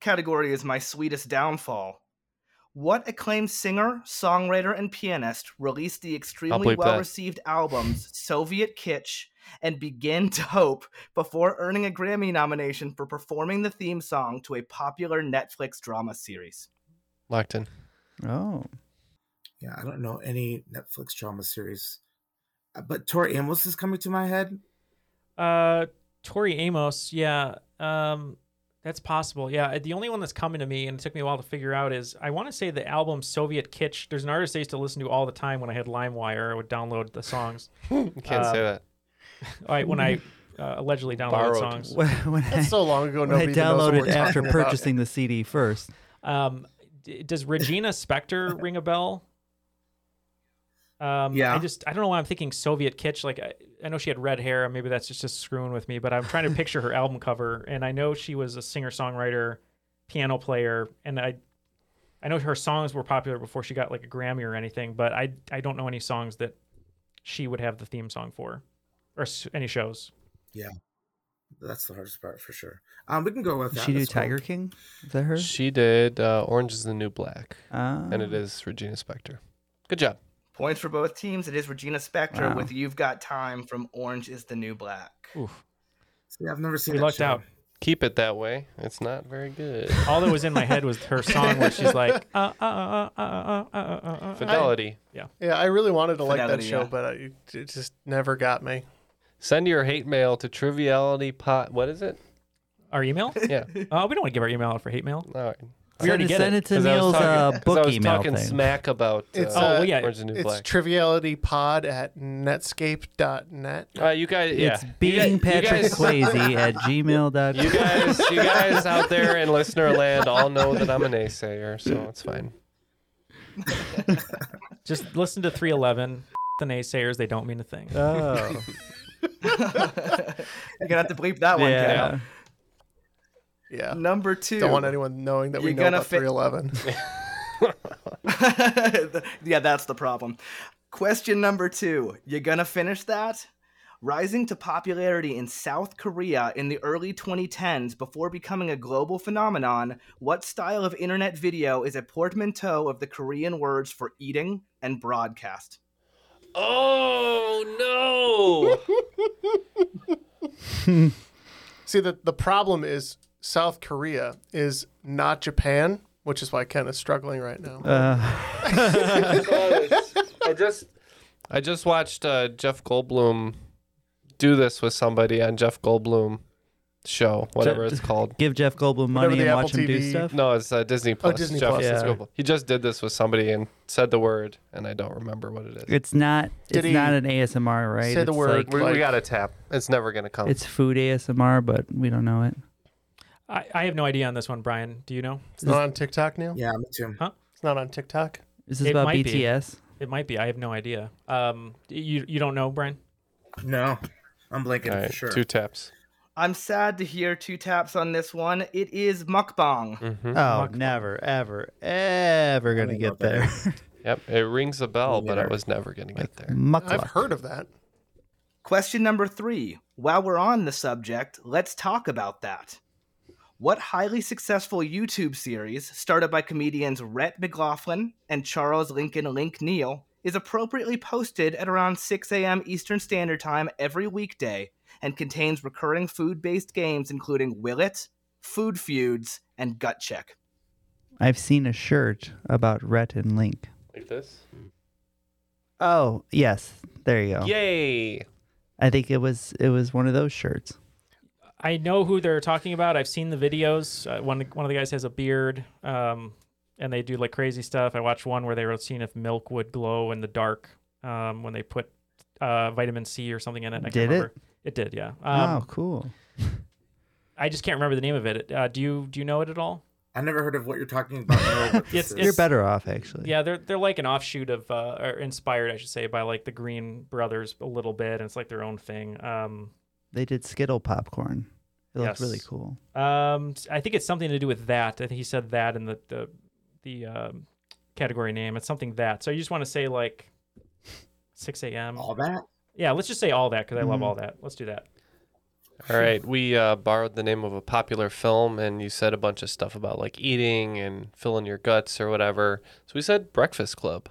H: Category is my sweetest downfall. What acclaimed singer, songwriter, and pianist released the extremely
D: bleep that.
H: well received albums Soviet Kitsch and Begin to Hope before earning a Grammy nomination for performing the theme song to a popular Netflix drama series?
D: Locked in.
F: Oh.
G: Yeah, I don't know any Netflix drama series, Uh, but Tori Amos is coming to my head.
E: Uh, Tori Amos, yeah, um, that's possible. Yeah, the only one that's coming to me, and it took me a while to figure out, is I want to say the album Soviet Kitsch. There's an artist I used to listen to all the time when I had LimeWire. I would download the songs.
D: You can't say that.
E: All right, when I uh, allegedly downloaded
D: Borrowed.
E: songs.
D: When- when
C: That's I- so long ago,
F: When I
C: nobody knows what
F: downloaded
C: we're
F: after
C: talking about.
F: purchasing the CD first.
E: Um, d- does Regina Spektor
G: [laughs]
E: ring a bell? Um,
G: Yeah.
E: I just I don't know why I'm thinking Soviet kitsch. Like I, I know she had red hair. and Maybe that's just, just screwing with me. But I'm trying to picture her album cover, and I know she was a singer songwriter, piano player, and I I know her songs were popular before she got like a Grammy or anything. But I I don't know any songs that she would have the theme song for, or s- any shows.
G: Yeah, that's the hardest part for sure. Um, we can go with
F: Did
G: that.
F: she do
G: That's cool.
F: Tiger King? Is that her?
D: She did uh, Orange is the New Black.
F: Ah.
D: And it is Regina Spektor. Good job.
H: Points for both teams. It is Regina Spektor
D: Wow.
H: with You've Got Time from Orange is the New Black. [laughs]
E: Oof.
G: See, I've never seen.
E: We
G: that
E: lucked
G: show.
E: out.
D: Keep it that way. It's not very good.
E: All that was in my head was her song where she's
G: [laughs]
E: like, uh, uh, uh, uh, uh, uh, uh, uh, uh.
D: Fidelity.
E: Yeah.
C: Yeah, I really wanted to like that
D: Fidelity,
C: show,
D: yeah.
C: but I, it it just never got me.
D: Send your hate mail to triviality pot. What is it?
E: Our email?
D: Yeah.
E: Uh, we don't want to give our email out for hate mail.
D: All right.
E: We already get it.
D: 'Cause I was
F: Neil's, uh,
D: talking- 'cause
F: book
D: I was
F: email
D: talking
F: thing.
D: smack about uh,
C: It's,
D: oh,
C: uh,
D: yeah. Orange is the New
C: It's
D: Black.
C: trivialitypod at netscape.net.
D: Uh, you guys, yeah.
C: It's
D: You
C: beating
D: guys- you
C: Patrick
D: guys-
C: Swayze
E: Uh,
F: at gmail.com.
D: You guys, you guys out there in listener land all know that I'm a naysayer, so it's fine.
E: [laughs] Just listen to 311. [laughs] The naysayers, they don't mean a thing.
J: Uh,
D: Oh.
H: You're gonna have to bleep that one.
E: Yeah.
H: Cal.
C: [laughs] Yeah.
H: Number two.
C: Don't want anyone knowing that we
H: You're
C: know
H: gonna
C: about
H: fi-
C: 311.
H: [laughs] yeah, that's the problem. Question number two. You gonna finish that? rising to popularity in South Korea in the early 2010s before becoming a global phenomenon, what style of internet video is a portmanteau of the Korean words for eating and broadcast?
D: Oh
C: no! [laughs] See that the problem is South Korea is not Japan, which is why Ken is struggling right now.
J: Uh, [laughs]
D: I just I just watched uh, Jeff Goldblum do this with somebody on Jeff Goldblum show, whatever
J: Je-
D: it's called.
J: Give Jeff Goldblum money and watch him do stuff.
D: No, it's uh, Disney
C: Oh,
D: Plus.
J: Oh, Disney
D: Jeff
J: Plus,
D: Jeff
J: yeah.
D: Goldblum. He just did this with somebody and said the word, and I don't remember what it is.
J: It's not.
D: Did
J: it's
D: he
J: not an ASMR, right? It's like-
D: we, we got a tap. It's never gonna come.
J: It's food ASMR, but we don't know it.
E: I, I have no idea on this one, Brian. Do you know?
C: It's not on TikTok now.
G: Yeah, me too.
E: Huh?
C: It's not on TikTok.
J: Is this about
E: might be.
J: BTS?
E: It might be. I have no idea. Um, you you don't know, Brian?
G: No, I'm blanking
D: All right, two taps.
H: I'm sad to hear two taps on this one. It is mukbang.
J: Oh,
D: Mm-hmm.
J: never, ever, ever gonna get there.
D: Yep, it rings a bell, but I was never gonna get there.
C: I've heard of that.
H: Question number three. While we're on the subject, let's talk about that. What highly successful YouTube series, started by comedians Rhett McLaughlin and Charles Lincoln Link Neal, is appropriately posted at around 6 a.m. Eastern Standard Time every weekday and contains recurring food based games including Will It, Food Feuds, and Gut Check?
J: I've seen a shirt about Rhett and Link.
D: Like this.
J: Oh yes, there you go.
D: Yay!
J: I think it was it was one of those shirts.
E: I know who they're talking about. I've seen the videos. Uh, one one of the guys has a beard, um, and they do like crazy stuff. I watched one where they were seeing if milk would glow in the dark um, when they put uh, vitamin C or something in it. I can't
J: Did it?
E: remember. It did, yeah.
J: oh,
E: Um,
J: cool.
E: I just can't remember the name of it. Uh, do you do you know it at all?
G: I never heard of what you're talking about. I don't
E: [laughs]
G: know what this
E: It's-
G: is.
E: it's- You're
J: Better off actually.
E: Yeah, they're they're like an offshoot of uh, or inspired, I should say, by like the Green Brothers a little bit, and it's like their own thing. Um,
J: They did Skittle popcorn. It looked really
E: Yes.
J: cool.
E: Um, I think it's something to do with that. I think he said that in the the the um, category name. It's something that. So you just want to say like six a.m. All
G: that.
E: Yeah, let's just say all that because I
J: Mm-hmm.
E: love
D: Mhm.
E: all that. Let's do that.
D: All right, we uh, borrowed the name of a popular film, and you said a bunch of stuff about like eating and filling your guts or whatever. So we said Breakfast Club.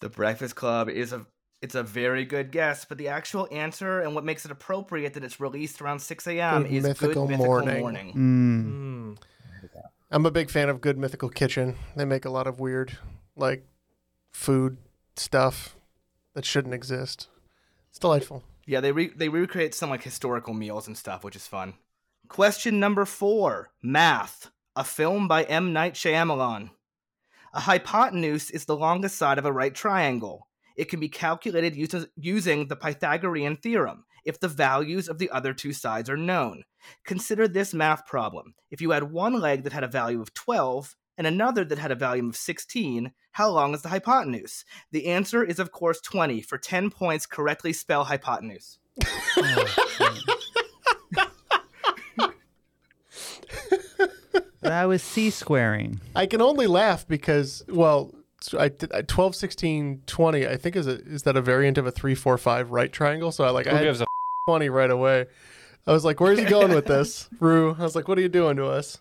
H: The Breakfast Club is a it's a very good guess, but the actual answer and what makes it appropriate that it's released around 6 a.m.
C: Good
H: is
C: Mythical
H: Good Mythical
C: Morning. Mm.
H: Morning.
J: Mm.
E: Hmm.
C: I'm a big fan of Good Mythical Kitchen. They make a lot of weird, like, food stuff that shouldn't exist. It's delightful.
H: Yeah, they re- they recreate some like historical meals and stuff, which is fun. Question number four: Math, a film by M. Night Shyamalan. A hypotenuse is the longest side of a right triangle. It can be calculated uses- using the Pythagorean theorem if the values of the other two sides are known. Consider this math problem. If you had one leg that had a value of 12 and another that had a value of 16, how long is the hypotenuse? The answer is, of course, 20. For 10 points, correctly spell hypotenuse.
J: That was C squaring.
C: I can only laugh because, well, so I, did- I, 12, 16, 20, I think is a, is that a variant of a 3, 4, 5 right triangle? So I like,
D: Who
C: I had [laughs]
D: gives a f-
C: 20 right away. I was like, where's he going with
D: [laughs]
C: this, Rue? I was like, what are you doing to us?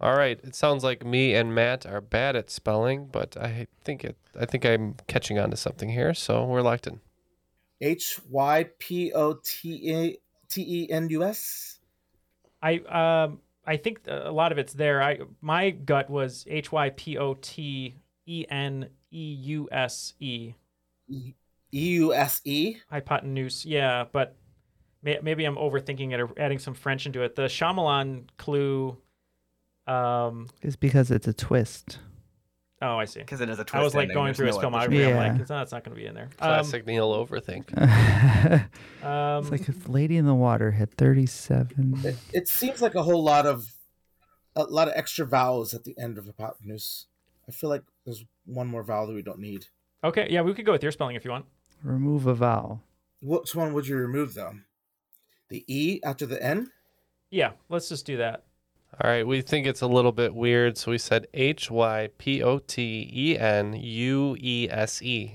D: All right, it sounds like me and Matt are bad at spelling, but I think it. I think I'm catching on to something here, so we're locked in.
G: H Y P O T A T E N U S.
E: I um I think a lot of it's there. I my gut was H Y P O T E N E U S E.
G: E U S E.
E: Hypotenuse. Yeah, but may, maybe I'm overthinking it or adding some French into it. The Shyamalan clue. Um.
J: It's because it's a twist.
E: Oh, I see.
H: 'Cause it has a
E: I was
H: twist
E: like
H: ending,
E: going
H: there's
E: through his
H: no other-
E: filmography. I'm
J: Yeah.
E: like, it's not, it's not going to be in there. Um,
D: Classic Neil overthink. [laughs]
E: Um,
J: it's like if Lady in the Water had 37.
G: It seems like a whole lot of a lot of extra vowels at the end of hypotenuse. I feel like there's one more vowel that we don't need.
E: okay, yeah, we could go with your spelling if you want.
J: Remove a vowel.
G: Which one would you remove though? The E after the N?
E: Yeah, let's just do that.
D: All right, we think it's a little bit weird, so we said H Y P O T E N U E S E.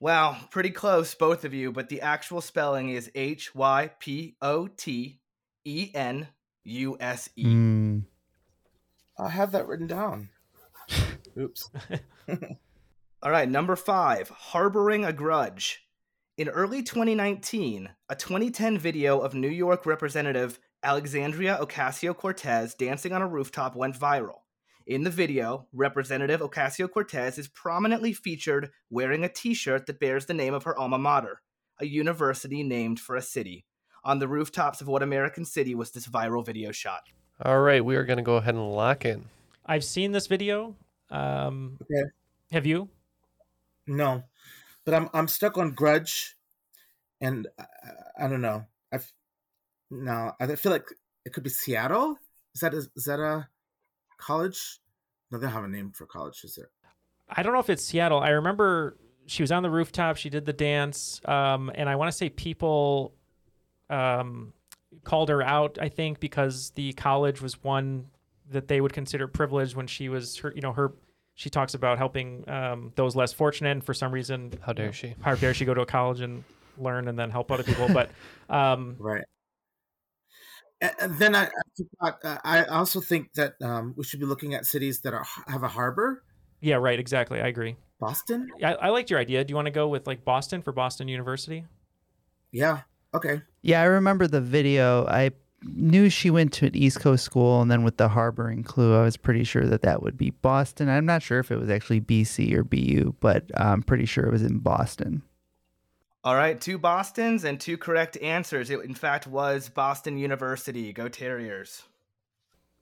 H: Wow, pretty close, both of you, but the actual spelling is H Y P O T E N U S E.
F: Mm.
G: I have that
D: [laughs]
G: written down.
H: Oops. All right, number five, harboring a grudge. In early 2019, a 2010 video of New York Representative Alexandria Ocasio Cortez dancing on a rooftop went viral. In the video, Representative Ocasio Cortez is prominently featured wearing a t shirt that bears the name of her alma mater, a university named for a city. On the rooftops of what American city was this viral video shot?
D: All right, we are going to go ahead and lock in.
E: I've seen this video. Um,
G: Okay.
E: Have you?
G: No, but I'm I'm stuck on Grudge, and I, I- I don't know. I have no, I feel like it could be Seattle. Is that a, is that a college? No, they don't have a name for college, is there?
E: I don't know if it's Seattle. I remember she was on the rooftop. She did the dance, um, and I want to say people um, called her out. I think because the college was one that they would consider privileged when she was her. You know her. She talks about helping um, those less fortunate, and for some reason,
D: how dare she?
E: How dare she go to a college and learn and then help other people? But um,
G: right. And- and then I I forgot, uh, I also think that um, we should be looking at cities that are have a harbor.
E: Yeah, right. Exactly. I agree.
G: Boston.
E: I, I liked your idea. Do you want to go with like Boston for Boston University?
G: Yeah. Okay.
F: Yeah, I remember the video. I knew she went to an East Coast school, and then with the harboring clue, I was pretty sure that that would be Boston. I'm not sure if it was actually BC or BU, but I'm pretty sure it was in Boston.
H: All right, two Bostons and two correct answers. It, in fact, was Boston University. Go Terriers.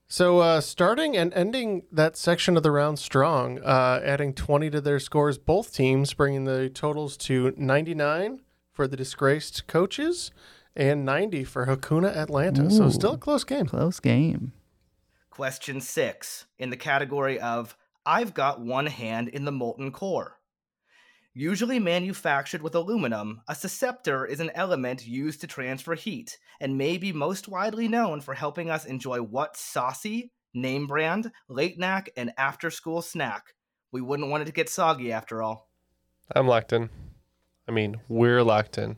C: So, uh, starting and ending that section of the round strong, uh, adding 20 to their scores, both teams bringing the totals to 99 for the disgraced coaches and 90 for Hakuna Atlanta. So,
F: Ooh.
C: still a close game.
F: Close game.
H: Question six in the category of I've got one hand in the molten core. Usually manufactured with aluminum, a susceptor is an element used to transfer heat and may be most widely known for helping us enjoy what saucy, name brand, late snack, and after school snack. We wouldn't want it to get soggy after all.
D: I'm locked in. I mean, we're locked in.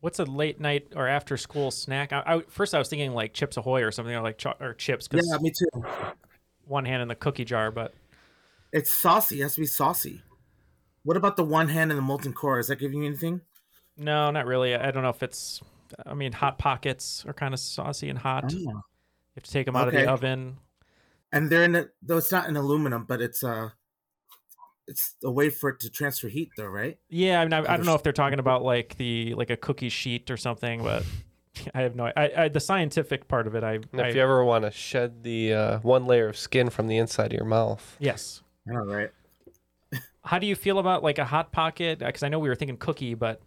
E: What's a late night or after school snack? I, I, first, I was thinking like Chips Ahoy or something, or like cho- or chips.
G: Yeah, me too.
E: One hand in the cookie jar, but
G: It's saucy. It has to be saucy. What about the one hand and the molten core? Is that giving you anything?
E: no, not really. I don't know if it's. I mean, hot pockets are kind of saucy and hot. You have to take them out of
G: Oh. Okay.
E: the oven.
G: And they're in a, though it's not an aluminum, but it's uh it's a way for it to transfer heat, though, right?
E: Yeah, I mean, I, I don't know
G: Understood.
E: if they're talking about like the like a cookie sheet or something, but [laughs] I have no. I, I the scientific part of it, I.
D: And
E: I
D: if you ever want to shed the uh, one layer of skin from the inside of your mouth,
E: yes.
G: All right.
E: How do you feel about like a hot pocket? Because I know we were thinking cookie, but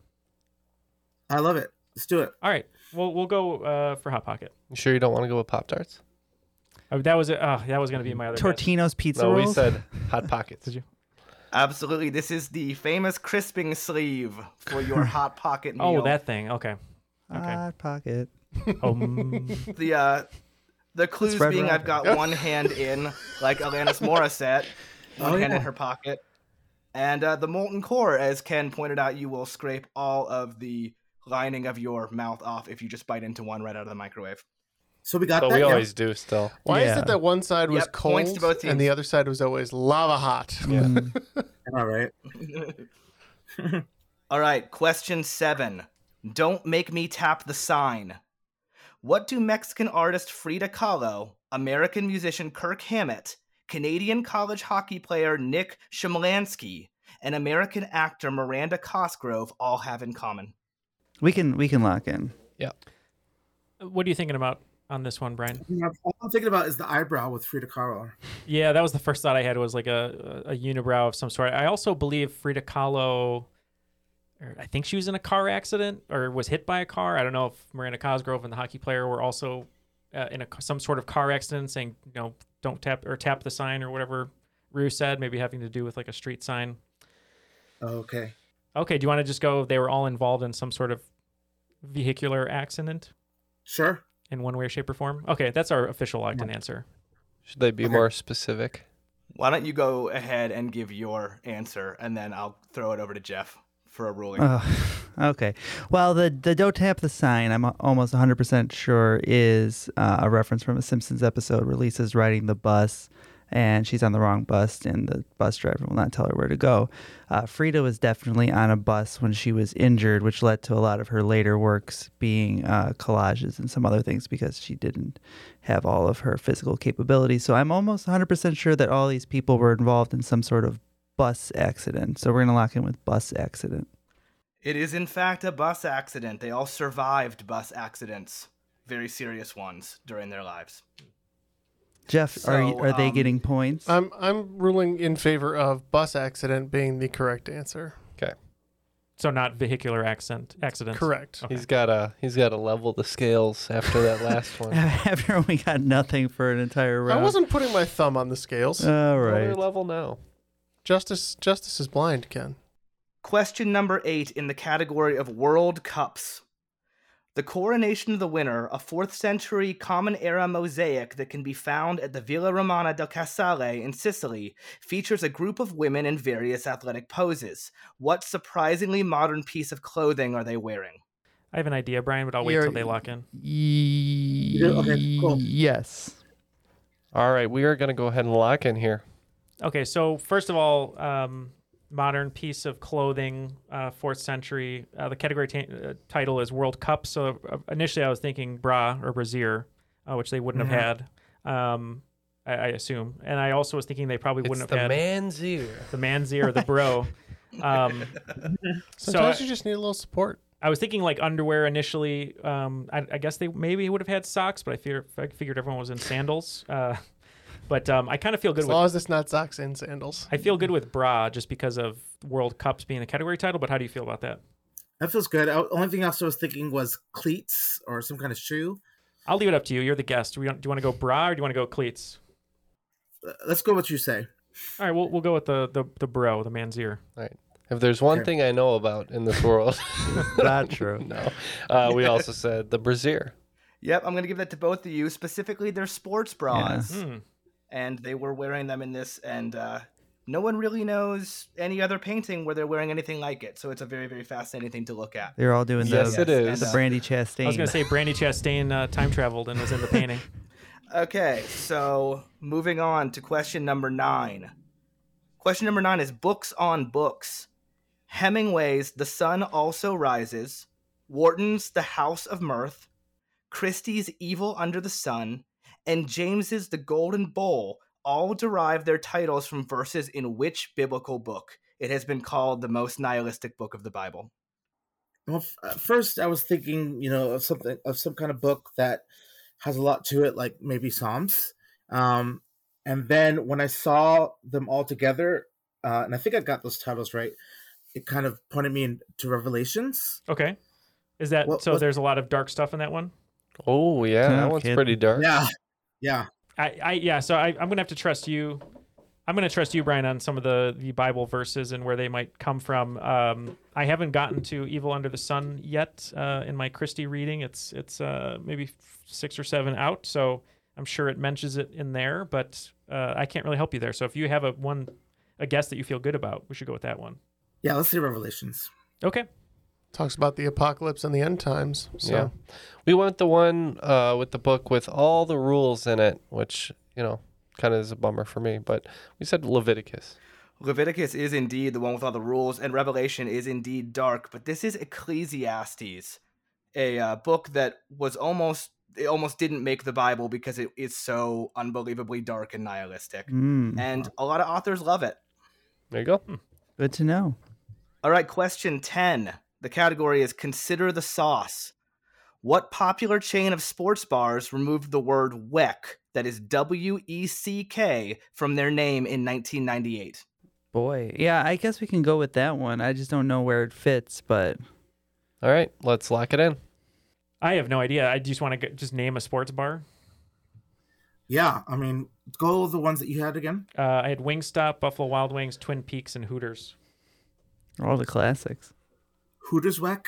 G: I love it. Let's do it.
E: All right, we'll we'll go uh, for hot pocket.
D: you sure you don't want to go with Pop Tarts?
E: Oh, that was it. Oh, that was gonna be my other guess.
F: Tortino's pizza
D: No, we
F: rolls?
D: said Hot Pockets. Did you?
H: Absolutely, this is the famous crisping sleeve
F: [laughs]
H: for your hot pocket meal.
E: Oh, that thing. Okay. Um, [laughs]
F: Hot pocket.
H: the uh the clues
F: right
H: being
F: around
H: I've got
F: here.
H: one hand in,
F: [laughs]
H: like Alanis Morissette, one
F: Oh,
H: hand in
F: yeah.
H: her pocket, and uh, the molten core, as Ken pointed out, you will scrape all of the lining of your mouth off if you just bite into one right out of the microwave.
G: So we got
D: But
G: that.
D: we
G: now.
D: always do still.
C: Why is it that one side was
H: Yep,
C: cold
H: points to both
C: and the other side was always lava hot?
D: Yeah.
G: All right.
H: All right, question seven. Don't make me tap the sign. What do Mexican artist Frida Kahlo, American musician Kirk Hammett, Canadian college hockey player Nick Shimlansky, and American actor Miranda Cosgrove all have in common?
F: We can we can lock in.
E: What are you thinking about on this one, Brian?
G: You know, All I'm thinking about is the eyebrow with Frida Kahlo.
E: Yeah, that was the first thought I had was like a a unibrow of some sort. I also believe Frida Kahlo. or I think she was in a car accident or was hit by a car. I don't know if Miranda Cosgrove and the hockey player were also uh, in a, some sort of car accident, saying you know don't tap or tap the sign or whatever Rue said, maybe having to do with like a street sign.
G: Okay.
E: Okay, do you want to just go? They were all involved in some sort of vehicular accident
G: Sure.
E: in one way, shape, or form. Okay, that's our official locked in answer.
D: Should they be more specific?
H: Why don't you go ahead and give your answer, and then I'll throw it over to Jeff for a ruling.
J: Oh, okay. Well, the, the don't tap the sign, I'm almost 100% sure, is uh, a reference from a Simpsons episode where Lisa's riding the bus and she's on the wrong bus, and the bus driver will not tell her where to go. Uh, Frida was definitely on a bus when she was injured, which led to a lot of her later works being uh, collages and some other things because she didn't have all of her physical capabilities. So I'm almost 100% sure that all these people were involved in some sort of bus accident. So we're going to lock in with bus accident.
H: It is, in fact, a bus accident. They all survived bus accidents, very serious ones during their lives.
J: Jeff, are you,
C: So,
J: are they
C: um,
J: getting points?
C: I'm I'm ruling in favor of bus accident being the correct answer.
D: Okay.
E: So not vehicular accident accidents.
C: Correct.
D: He's got to he's got to level the scales after that last
J: [laughs]
D: one.
J: After we got nothing for an entire round.
C: I wasn't putting my thumb on the scales.
J: All right.
D: Your level now.
C: Justice justice is blind, Ken.
H: Question number eight in the category of World Cups. The coronation of the winner, a 4th century Common Era mosaic that can be found at the Villa Romana del Casale in Sicily, features a group of women in various athletic poses. What surprisingly modern piece of clothing are they wearing?
E: I have an idea, Brian, but I'll wait
H: You're-
E: till they lock in.
H: okay, cool.
J: Yes.
D: All right, we are going to go ahead and lock in here.
E: Okay, so first of all, um, modern piece of clothing, uh, fourth century. Uh, the category t- uh, title is World Cup. So uh, initially, I was thinking bra or brassiere, uh, which they wouldn't have
D: Mhm.
E: had, um, I-, I assume. And I also was thinking they probably wouldn't
D: It's
E: have
D: the
E: had
D: man's ear.
E: the man's ear, the
D: [laughs]
E: bro. Um,
C: Sometimes you just need a little support.
E: I was thinking like underwear initially. Um, I, I guess they maybe would have had socks, but I, fear, I figured everyone was in sandals. Uh, but um, I kind of feel good
C: As
E: with
C: long as it's not socks and sandals.
E: I feel
J: [laughs]
E: good with bra just because of World Cups being the category title, but how do you feel about that?
G: That feels good. I, only thing else I was thinking was cleats or some kind of shoe.
E: I'll leave it up to you. You're the guest. We don't, do you want to go bra or do you want to go cleats?
G: Uh, Let's go what you say.
E: All right, we'll, we'll go with the, the, the bro, the man's ear.
D: All right. If there's one
E: Okay.
D: thing I know about in this world, [laughs]
J: not true.
D: No, uh, we also said the brassiere.
H: Yep, I'm going to give that to both of you, specifically their sports bras.
D: Yeah. Hmm.
H: And they were wearing them in this, and uh, no one really knows any other painting where they're wearing anything like it. So it's a very, very fascinating thing to look at. uh,
J: They're all doing
D: Yes,
J: the,
D: it is.
J: the Brandy Chastain.
E: I was going to say Brandy Chastain uh, time traveled and was in the
G: [laughs]
E: painting.
H: Okay, so moving on to question number nine. Question number nine is books on books. Hemingway's The Sun Also Rises, Wharton's The House of Mirth, Christie's Evil Under the Sun, and James's The Golden Bowl all derive their titles from verses in which biblical book? It has been called the most nihilistic book of the Bible.
G: Well, f- at first I was thinking, you know, of something of some kind of book that has a lot to it, like maybe Psalms. Um, and then when I saw them all together, uh, and I think I got those titles right, it kind of pointed me in, to Revelations.
E: Okay. Is that so?
G: what-
E: There's a lot of dark stuff in that one?
D: Oh yeah,
G: No
D: that one's
G: kidding.
D: pretty dark.
G: Yeah, yeah.
E: I, I yeah. So I, I'm gonna have to trust you. I'm gonna trust you, Brian, on some of the the Bible verses and where they might come from. Um, I haven't gotten to "Evil Under the Sun" yet uh, in my Christie reading. It's it's uh, maybe six or seven out, so I'm sure it mentions it in there, but uh, I can't really help you there. So if you have a one a guess that you feel good about, we should go with that one.
G: Yeah, let's see Revelations.
E: Okay.
C: Talks about the apocalypse and the end times. So
D: Yeah. We went the one uh, with the book with all the rules in it, which, you know, kind of is a bummer for me, but we said Leviticus.
H: Leviticus is indeed the one with all the rules, and Revelation is indeed dark, but this is Ecclesiastes, a uh, book that was almost it almost didn't make the Bible because it is so unbelievably dark and nihilistic,
J: Mm.
H: and a lot of authors love it.
D: There you go.
J: Good to know.
H: All right, question 10. The category is Consider the Sauce. What popular chain of sports bars removed the word WEC, that is W E C K, from their name in 1998?
J: Boy, yeah, I guess we can go with that one. I just don't know where it fits, but.
D: All right, let's lock it in.
E: I have no idea. I just want to just name a sports bar.
G: Yeah, I mean, go the ones that you had again.
E: Uh, I had Wingstop, Buffalo Wild Wings, Twin Peaks, and Hooters.
J: All the classics.
G: Hooters Weck.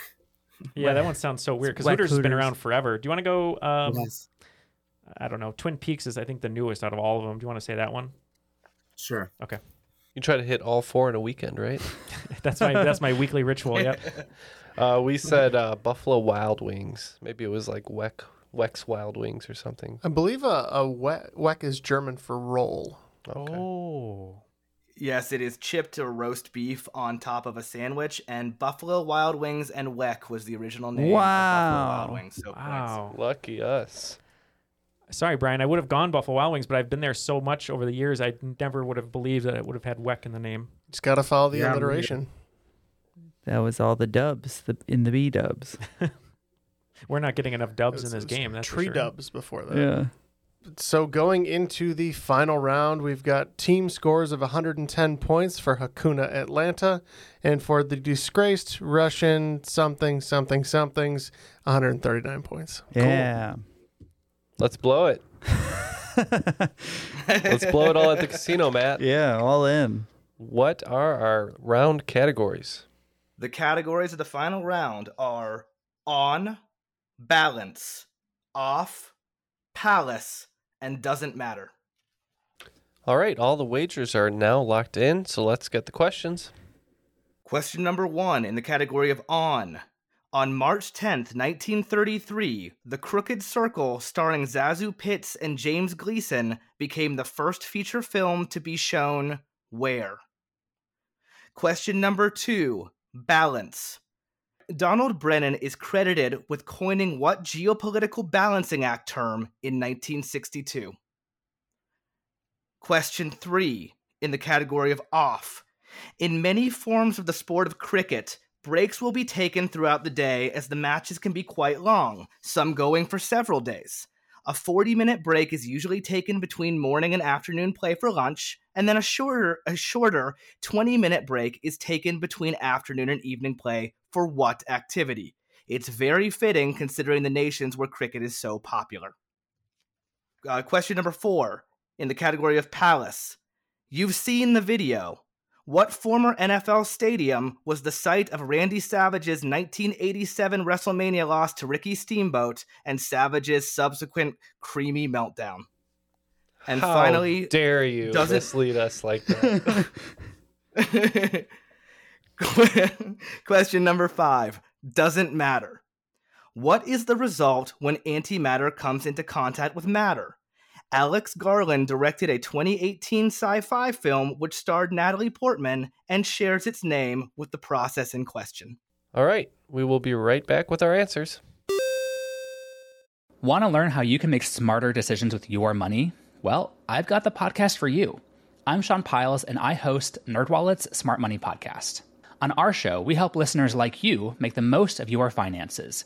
E: Yeah, that one sounds so weird because
J: Whack
E: Hooters has been
J: Hooters.
E: around forever. Do you want to go? Um,
G: Yes.
E: I don't know. Twin Peaks is, I think, the newest out of all of them. Do you want to say that one? [laughs]
G: Sure.
E: Okay.
D: You try to hit all four in a weekend, right?
E: That's my- that's my weekly ritual, yep.
D: Uh, we said uh, Buffalo Wild Wings. Maybe it was like Weck Wex Wild Wings or something.
C: I believe a, a we- weck is German for roll.
E: Oh.
H: Yes, it is chipped or roast beef on top of a sandwich, and Buffalo Wild Wings and Weck was the original name. Of Buffalo Wild Wings. So
E: wow.
D: Lucky us.
E: Sorry, Brian. I would have gone Buffalo Wild Wings, but I've been there so much over the years, I never would have believed that it would have had Weck in the name. [laughs]
C: Just got to follow the
E: Yeah, I'm with you.
C: alliteration.
J: That was all the dubs the, in the B dubs.
E: We're not getting enough dubs in
C: It's-
E: this
C: it's
E: game. That's for
C: tree
E: sure.
C: dubs before that.
J: Yeah.
C: So going into the final round, we've got team scores of 110 points for Hakuna Atlanta, and for the disgraced Russian something something somethings, 139 points.
J: Yeah.
D: Let's blow it. Let's blow it all at the casino, Matt.
J: [laughs] Yeah, all in.
D: What are our round categories?
H: The categories of the final round are on, balance, off, palace, and doesn't matter.
D: All right, all the wagers are now locked in, so let's get the questions.
H: Question number one in the category of on. On March 10th, 1933, The Crooked Circle, starring Zazu Pitts and James Gleason, became the first feature film to be shown where? Question number two Balance. Donald Brennan is credited with coining what geopolitical balancing act term in 1962? Question three in the category of off. In many forms of the sport of cricket, breaks will be taken throughout the day as the matches can be quite long, some going for several days. A 40 minute break is usually taken between morning and afternoon play for lunch, and then a shorter, a shorter 20 minute break is taken between afternoon and evening play for what activity? It's very fitting considering the nations where cricket is so popular. Uh, question number four in the category of Palace. You've seen the video. What former NFL stadium was the site of Randy Savage's 1987 WrestleMania loss to Ricky Steamboat and Savage's subsequent creamy meltdown? And
D: How
H: finally,
D: dare you
H: doesn't-
D: mislead us like
H: [laughs]
D: that?
H: [laughs] Question number five doesn't matter. What is the result when antimatter comes into contact with matter? Alex Garland directed a 2018 sci fi film which starred Natalie Portman and shares its name with the process in question.
D: all right, we will be right back with our answers.
K: Want to learn how you can make smarter decisions with your money? Well, I've got the podcast for you. I'm Sean Piles and I host NerdWallet's Smart Money Podcast. On our show, we help listeners like you make the most of your finances.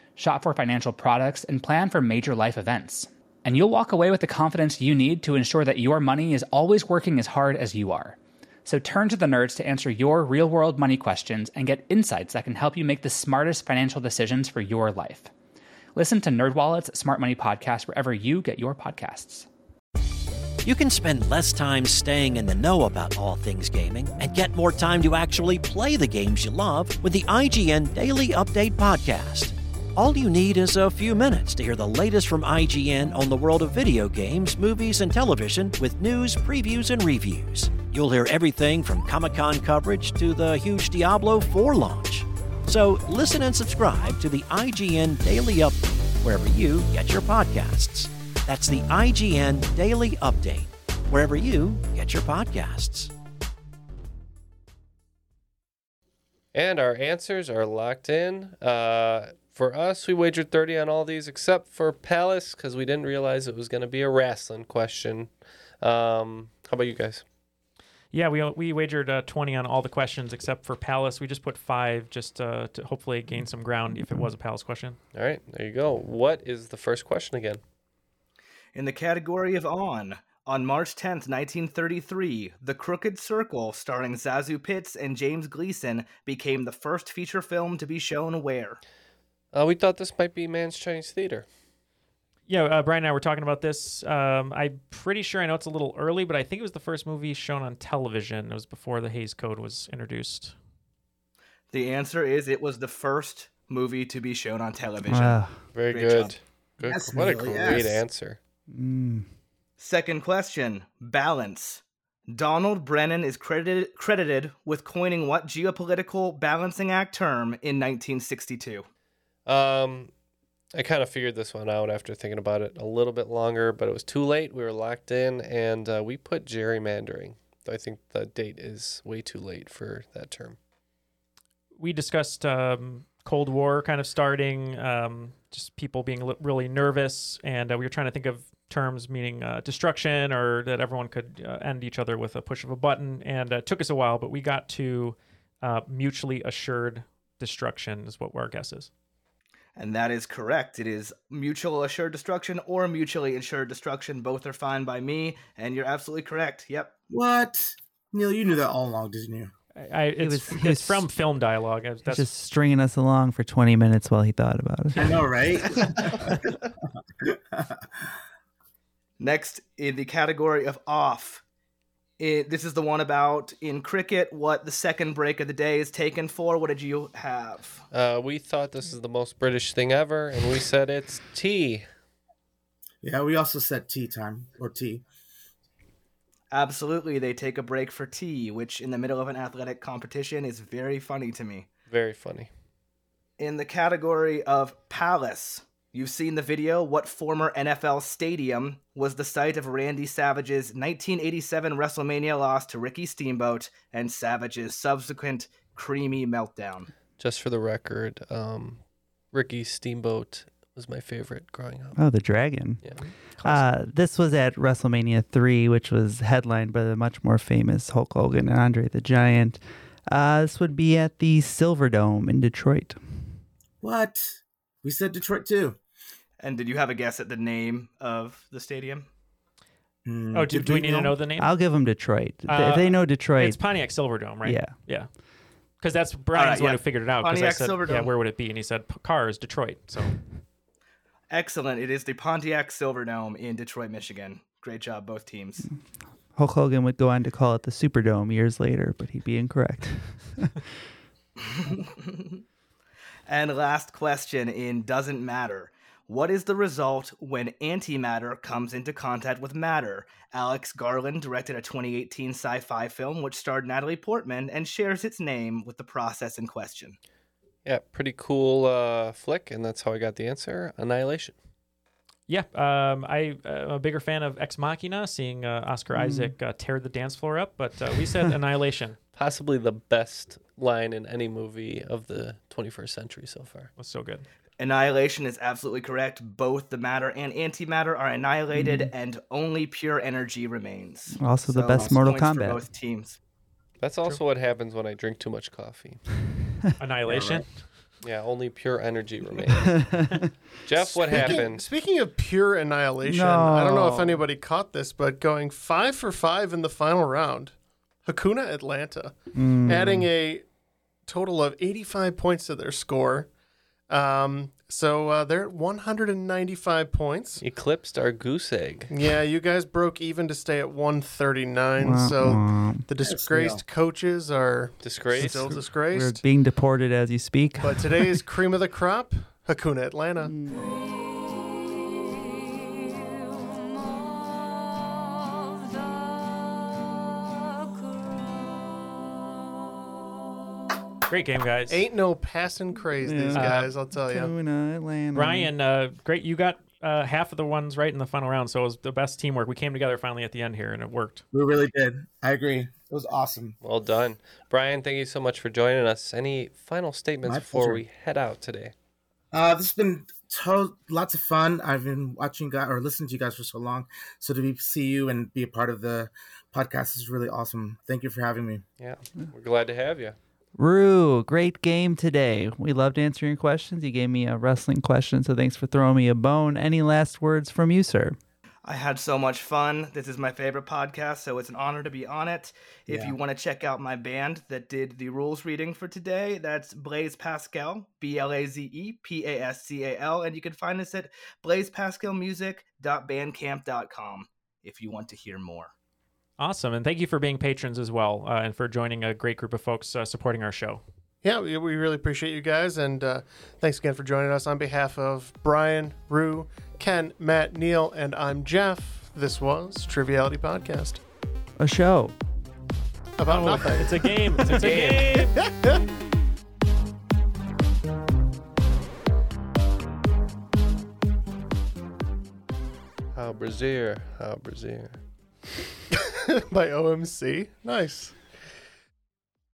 K: shop for financial products, and plan for major life events. And you'll walk away with the confidence you need to ensure that your money is always working as hard as you are. So turn to the nerds to answer your real world money questions and get insights that can help you make the smartest financial decisions for your life. Listen to NerdWallet's Smart Money Podcast wherever you get your podcasts.
L: You can spend less time staying in the know about all things gaming and get more time to actually play the games you love with the IGN Daily Update Podcast. All you need is a few minutes to hear the latest from IGN on the world of video games, movies, and television with news, previews, and reviews. You'll hear everything from Comic Con coverage to the huge Diablo 4 launch. So listen and subscribe to the IGN Daily Update wherever you get your podcasts. That's the IGN Daily Update wherever you get your podcasts.
D: And our answers are locked in. Uh, for us, we wagered 30 on all these except for Palace because we didn't realize it was going to be a wrestling question. Um, how about you guys?
E: Yeah, we we wagered uh, twenty on all the questions except for Palace. We just put five just uh, to hopefully gain some ground if it was a Palace question.
D: All right, there you go. What is the first question again?
H: In the category of on, On March 10th, 1933, The Crooked Circle, starring Zazu Pitts and James Gleason, became the first feature film to be shown where?
D: Uh, we thought this might be Man's Chinese Theater.
E: Yeah, uh, Brian and I were talking about this. Um, I'm pretty sure I know it's a little early, but I think it was the first movie shown on television. It was before the Hayes Code was introduced.
H: The answer is it was the first movie to be shown on television.
D: Wow. Very
H: Great
D: good.
H: job.
D: Good- Yes, what a Neil, great yes. answer.
G: Mm,
H: Second question, balance. Donald Brennan is credited credited with coining what geopolitical balancing act term in 1962?
D: Um, I kind of figured this one out after thinking about it a little bit longer, but it was too late. We were locked in, and uh, we put gerrymandering. I think the date is way too late for that term.
E: we discussed um, Cold War kind of starting, um, just people being li- really nervous, and uh, we were trying to think of terms meaning uh, destruction or that everyone could uh, end each other with a push of a button. And uh, it took us a while, but we got to uh, mutually assured destruction is what our guess is.
H: And that is correct. It is mutual assured destruction or mutually assured destruction. Both are fine by me, and you're absolutely correct. Yep.
G: What? Neil, you knew that all along, didn't you?
E: I, it's, it's from film dialogue. I- That's
J: just stringing us along for 20 minutes while he thought about it.
G: I know, right?
H: Next, in the category of off, it, this is the one about in cricket what the second break of the day is taken for. What did you have?
D: Uh, we thought this is the most British thing ever, and we said it's tea.
G: Yeah, we also said tea time or tea.
H: Absolutely, they take a break for tea, which in the middle of an athletic competition is very funny to me.
D: Very funny.
H: In the category of Palace, you've seen the video. What former NFL stadium was the site of Randy Savage's 1987 WrestleMania loss to Ricky Steamboat and Savage's subsequent creamy meltdown?
D: Just for the record, um, Ricky Steamboat was my favorite growing up.
J: Oh, the dragon.
D: Yeah.
J: Uh, this was at WrestleMania 3, which was headlined by the much more famous Hulk Hogan and Andre the Giant. Uh, this would be at the Silverdome in Detroit.
G: What? We said Detroit too.
H: And did you have a guess at the name of the stadium?
G: Mm,
E: Oh, do, do we need to know the name? Uh,
J: I'll give them Detroit. If they- if they know Detroit.
E: It's Pontiac Silverdome, right?
J: Yeah.
E: Yeah. Because that's Brian's the one
H: Oh, yeah.
E: who figured it out. 'cause I
H: Pontiac
E: said,
H: Silverdome.
E: Yeah, where would it be? And he said "P- cars, Detroit. So
H: Excellent. It is the Pontiac Silverdome in Detroit, Michigan. Great job, both teams.
J: Hulk Hogan would go on to call it the Superdome years later, but he'd be incorrect.
H: [laughs] and last question in Doesn't Matter. What is the result when antimatter comes into contact with matter? Alex Garland directed a 2018 sci fi film which starred Natalie Portman and shares its name with the process in question.
D: Yeah, pretty cool uh, flick, and that's how I got the answer Annihilation.
E: yeah, um, I, uh, am a bigger fan of Ex Machina, seeing uh, Oscar
D: Mm.
E: Isaac uh, tear the dance floor up. But uh, we
J: [laughs]
E: said Annihilation.
D: Possibly the best line in any movie of the 21st century so far.
E: Was
J: [laughs]
E: so good.
H: Annihilation is absolutely correct. Both the matter and antimatter are annihilated,
J: Mhm.
H: and only pure energy remains.
J: Also the
H: So,
J: best Mortal
H: points for
J: Kombat.
H: both teams.
D: That's also what happens when I drink too much coffee.
E: Annihilation?
D: Yeah, only pure energy remains. Jeff,
C: Speaking-
D: what happened?
C: Speaking of pure annihilation, I don't know if
D: No.
C: anybody caught this, but going five for five in the final round, Hakuna Atlanta,
J: Mm.
C: adding a total of 85 points to their score. Um, so uh, they're at 195 points.
D: Eclipsed our goose egg.
C: Yeah, you guys broke even to stay at 139.
J: Wah, wah.
C: So the
J: Yes,
C: disgraced coaches are
D: Disgraced?
C: still
J: We're
C: disgraced.
J: being deported as you speak.
C: But
J: [laughs]
C: today's cream of the crop, Hakuna Atlanta.
E: Great game, guys.
C: Ain't no passing craze, these
E: Yeah.
C: guys, I'll tell you.
J: Hakuna Atlanta.
E: Ryan, uh, great. You got uh, half of the ones right in the final round. So it was the best teamwork. We came together finally at the end here, and it worked.
G: We really did. I agree. It was awesome.
D: Well done. Brian, thank you so much for joining us. Any final statements
G: My
D: before
G: pleasure.
D: we head out today?
G: Uh, this has been to- lots of fun. I've been watching guys or listening to you guys for so long, so to be see you and be a part of the podcast is really awesome. Thank you for having me.
D: Yeah, we're glad to have you.
J: Rue, great game today. We loved answering your questions. You gave me a wrestling question, so thanks for throwing me a bone. Any last words from you, sir?
H: I had so much fun. This is my favorite podcast, so it's an honor to be on it. If
M: Yeah.
H: you want to check out my band that did the rules reading for today, that's Blaze Pascal, B L A Z E P A S C A L, and you can find us at blazepascalmusic.bandcamp.com if you want to hear more.
E: Awesome. And thank you for being patrons as well uh, and for joining a great group of folks uh, supporting our show.
C: Yeah, we we really appreciate you guys, and uh, thanks again for joining us. On behalf of Brian, Rue, Ken, Matt, Neil, and I'm Jeff, this was Triviality Podcast.
J: A show.
C: About nothing.
E: It's a game.
J: It's a
C: game.
D: How Brazier, how Brazier.
C: [laughs] By OMC. Nice.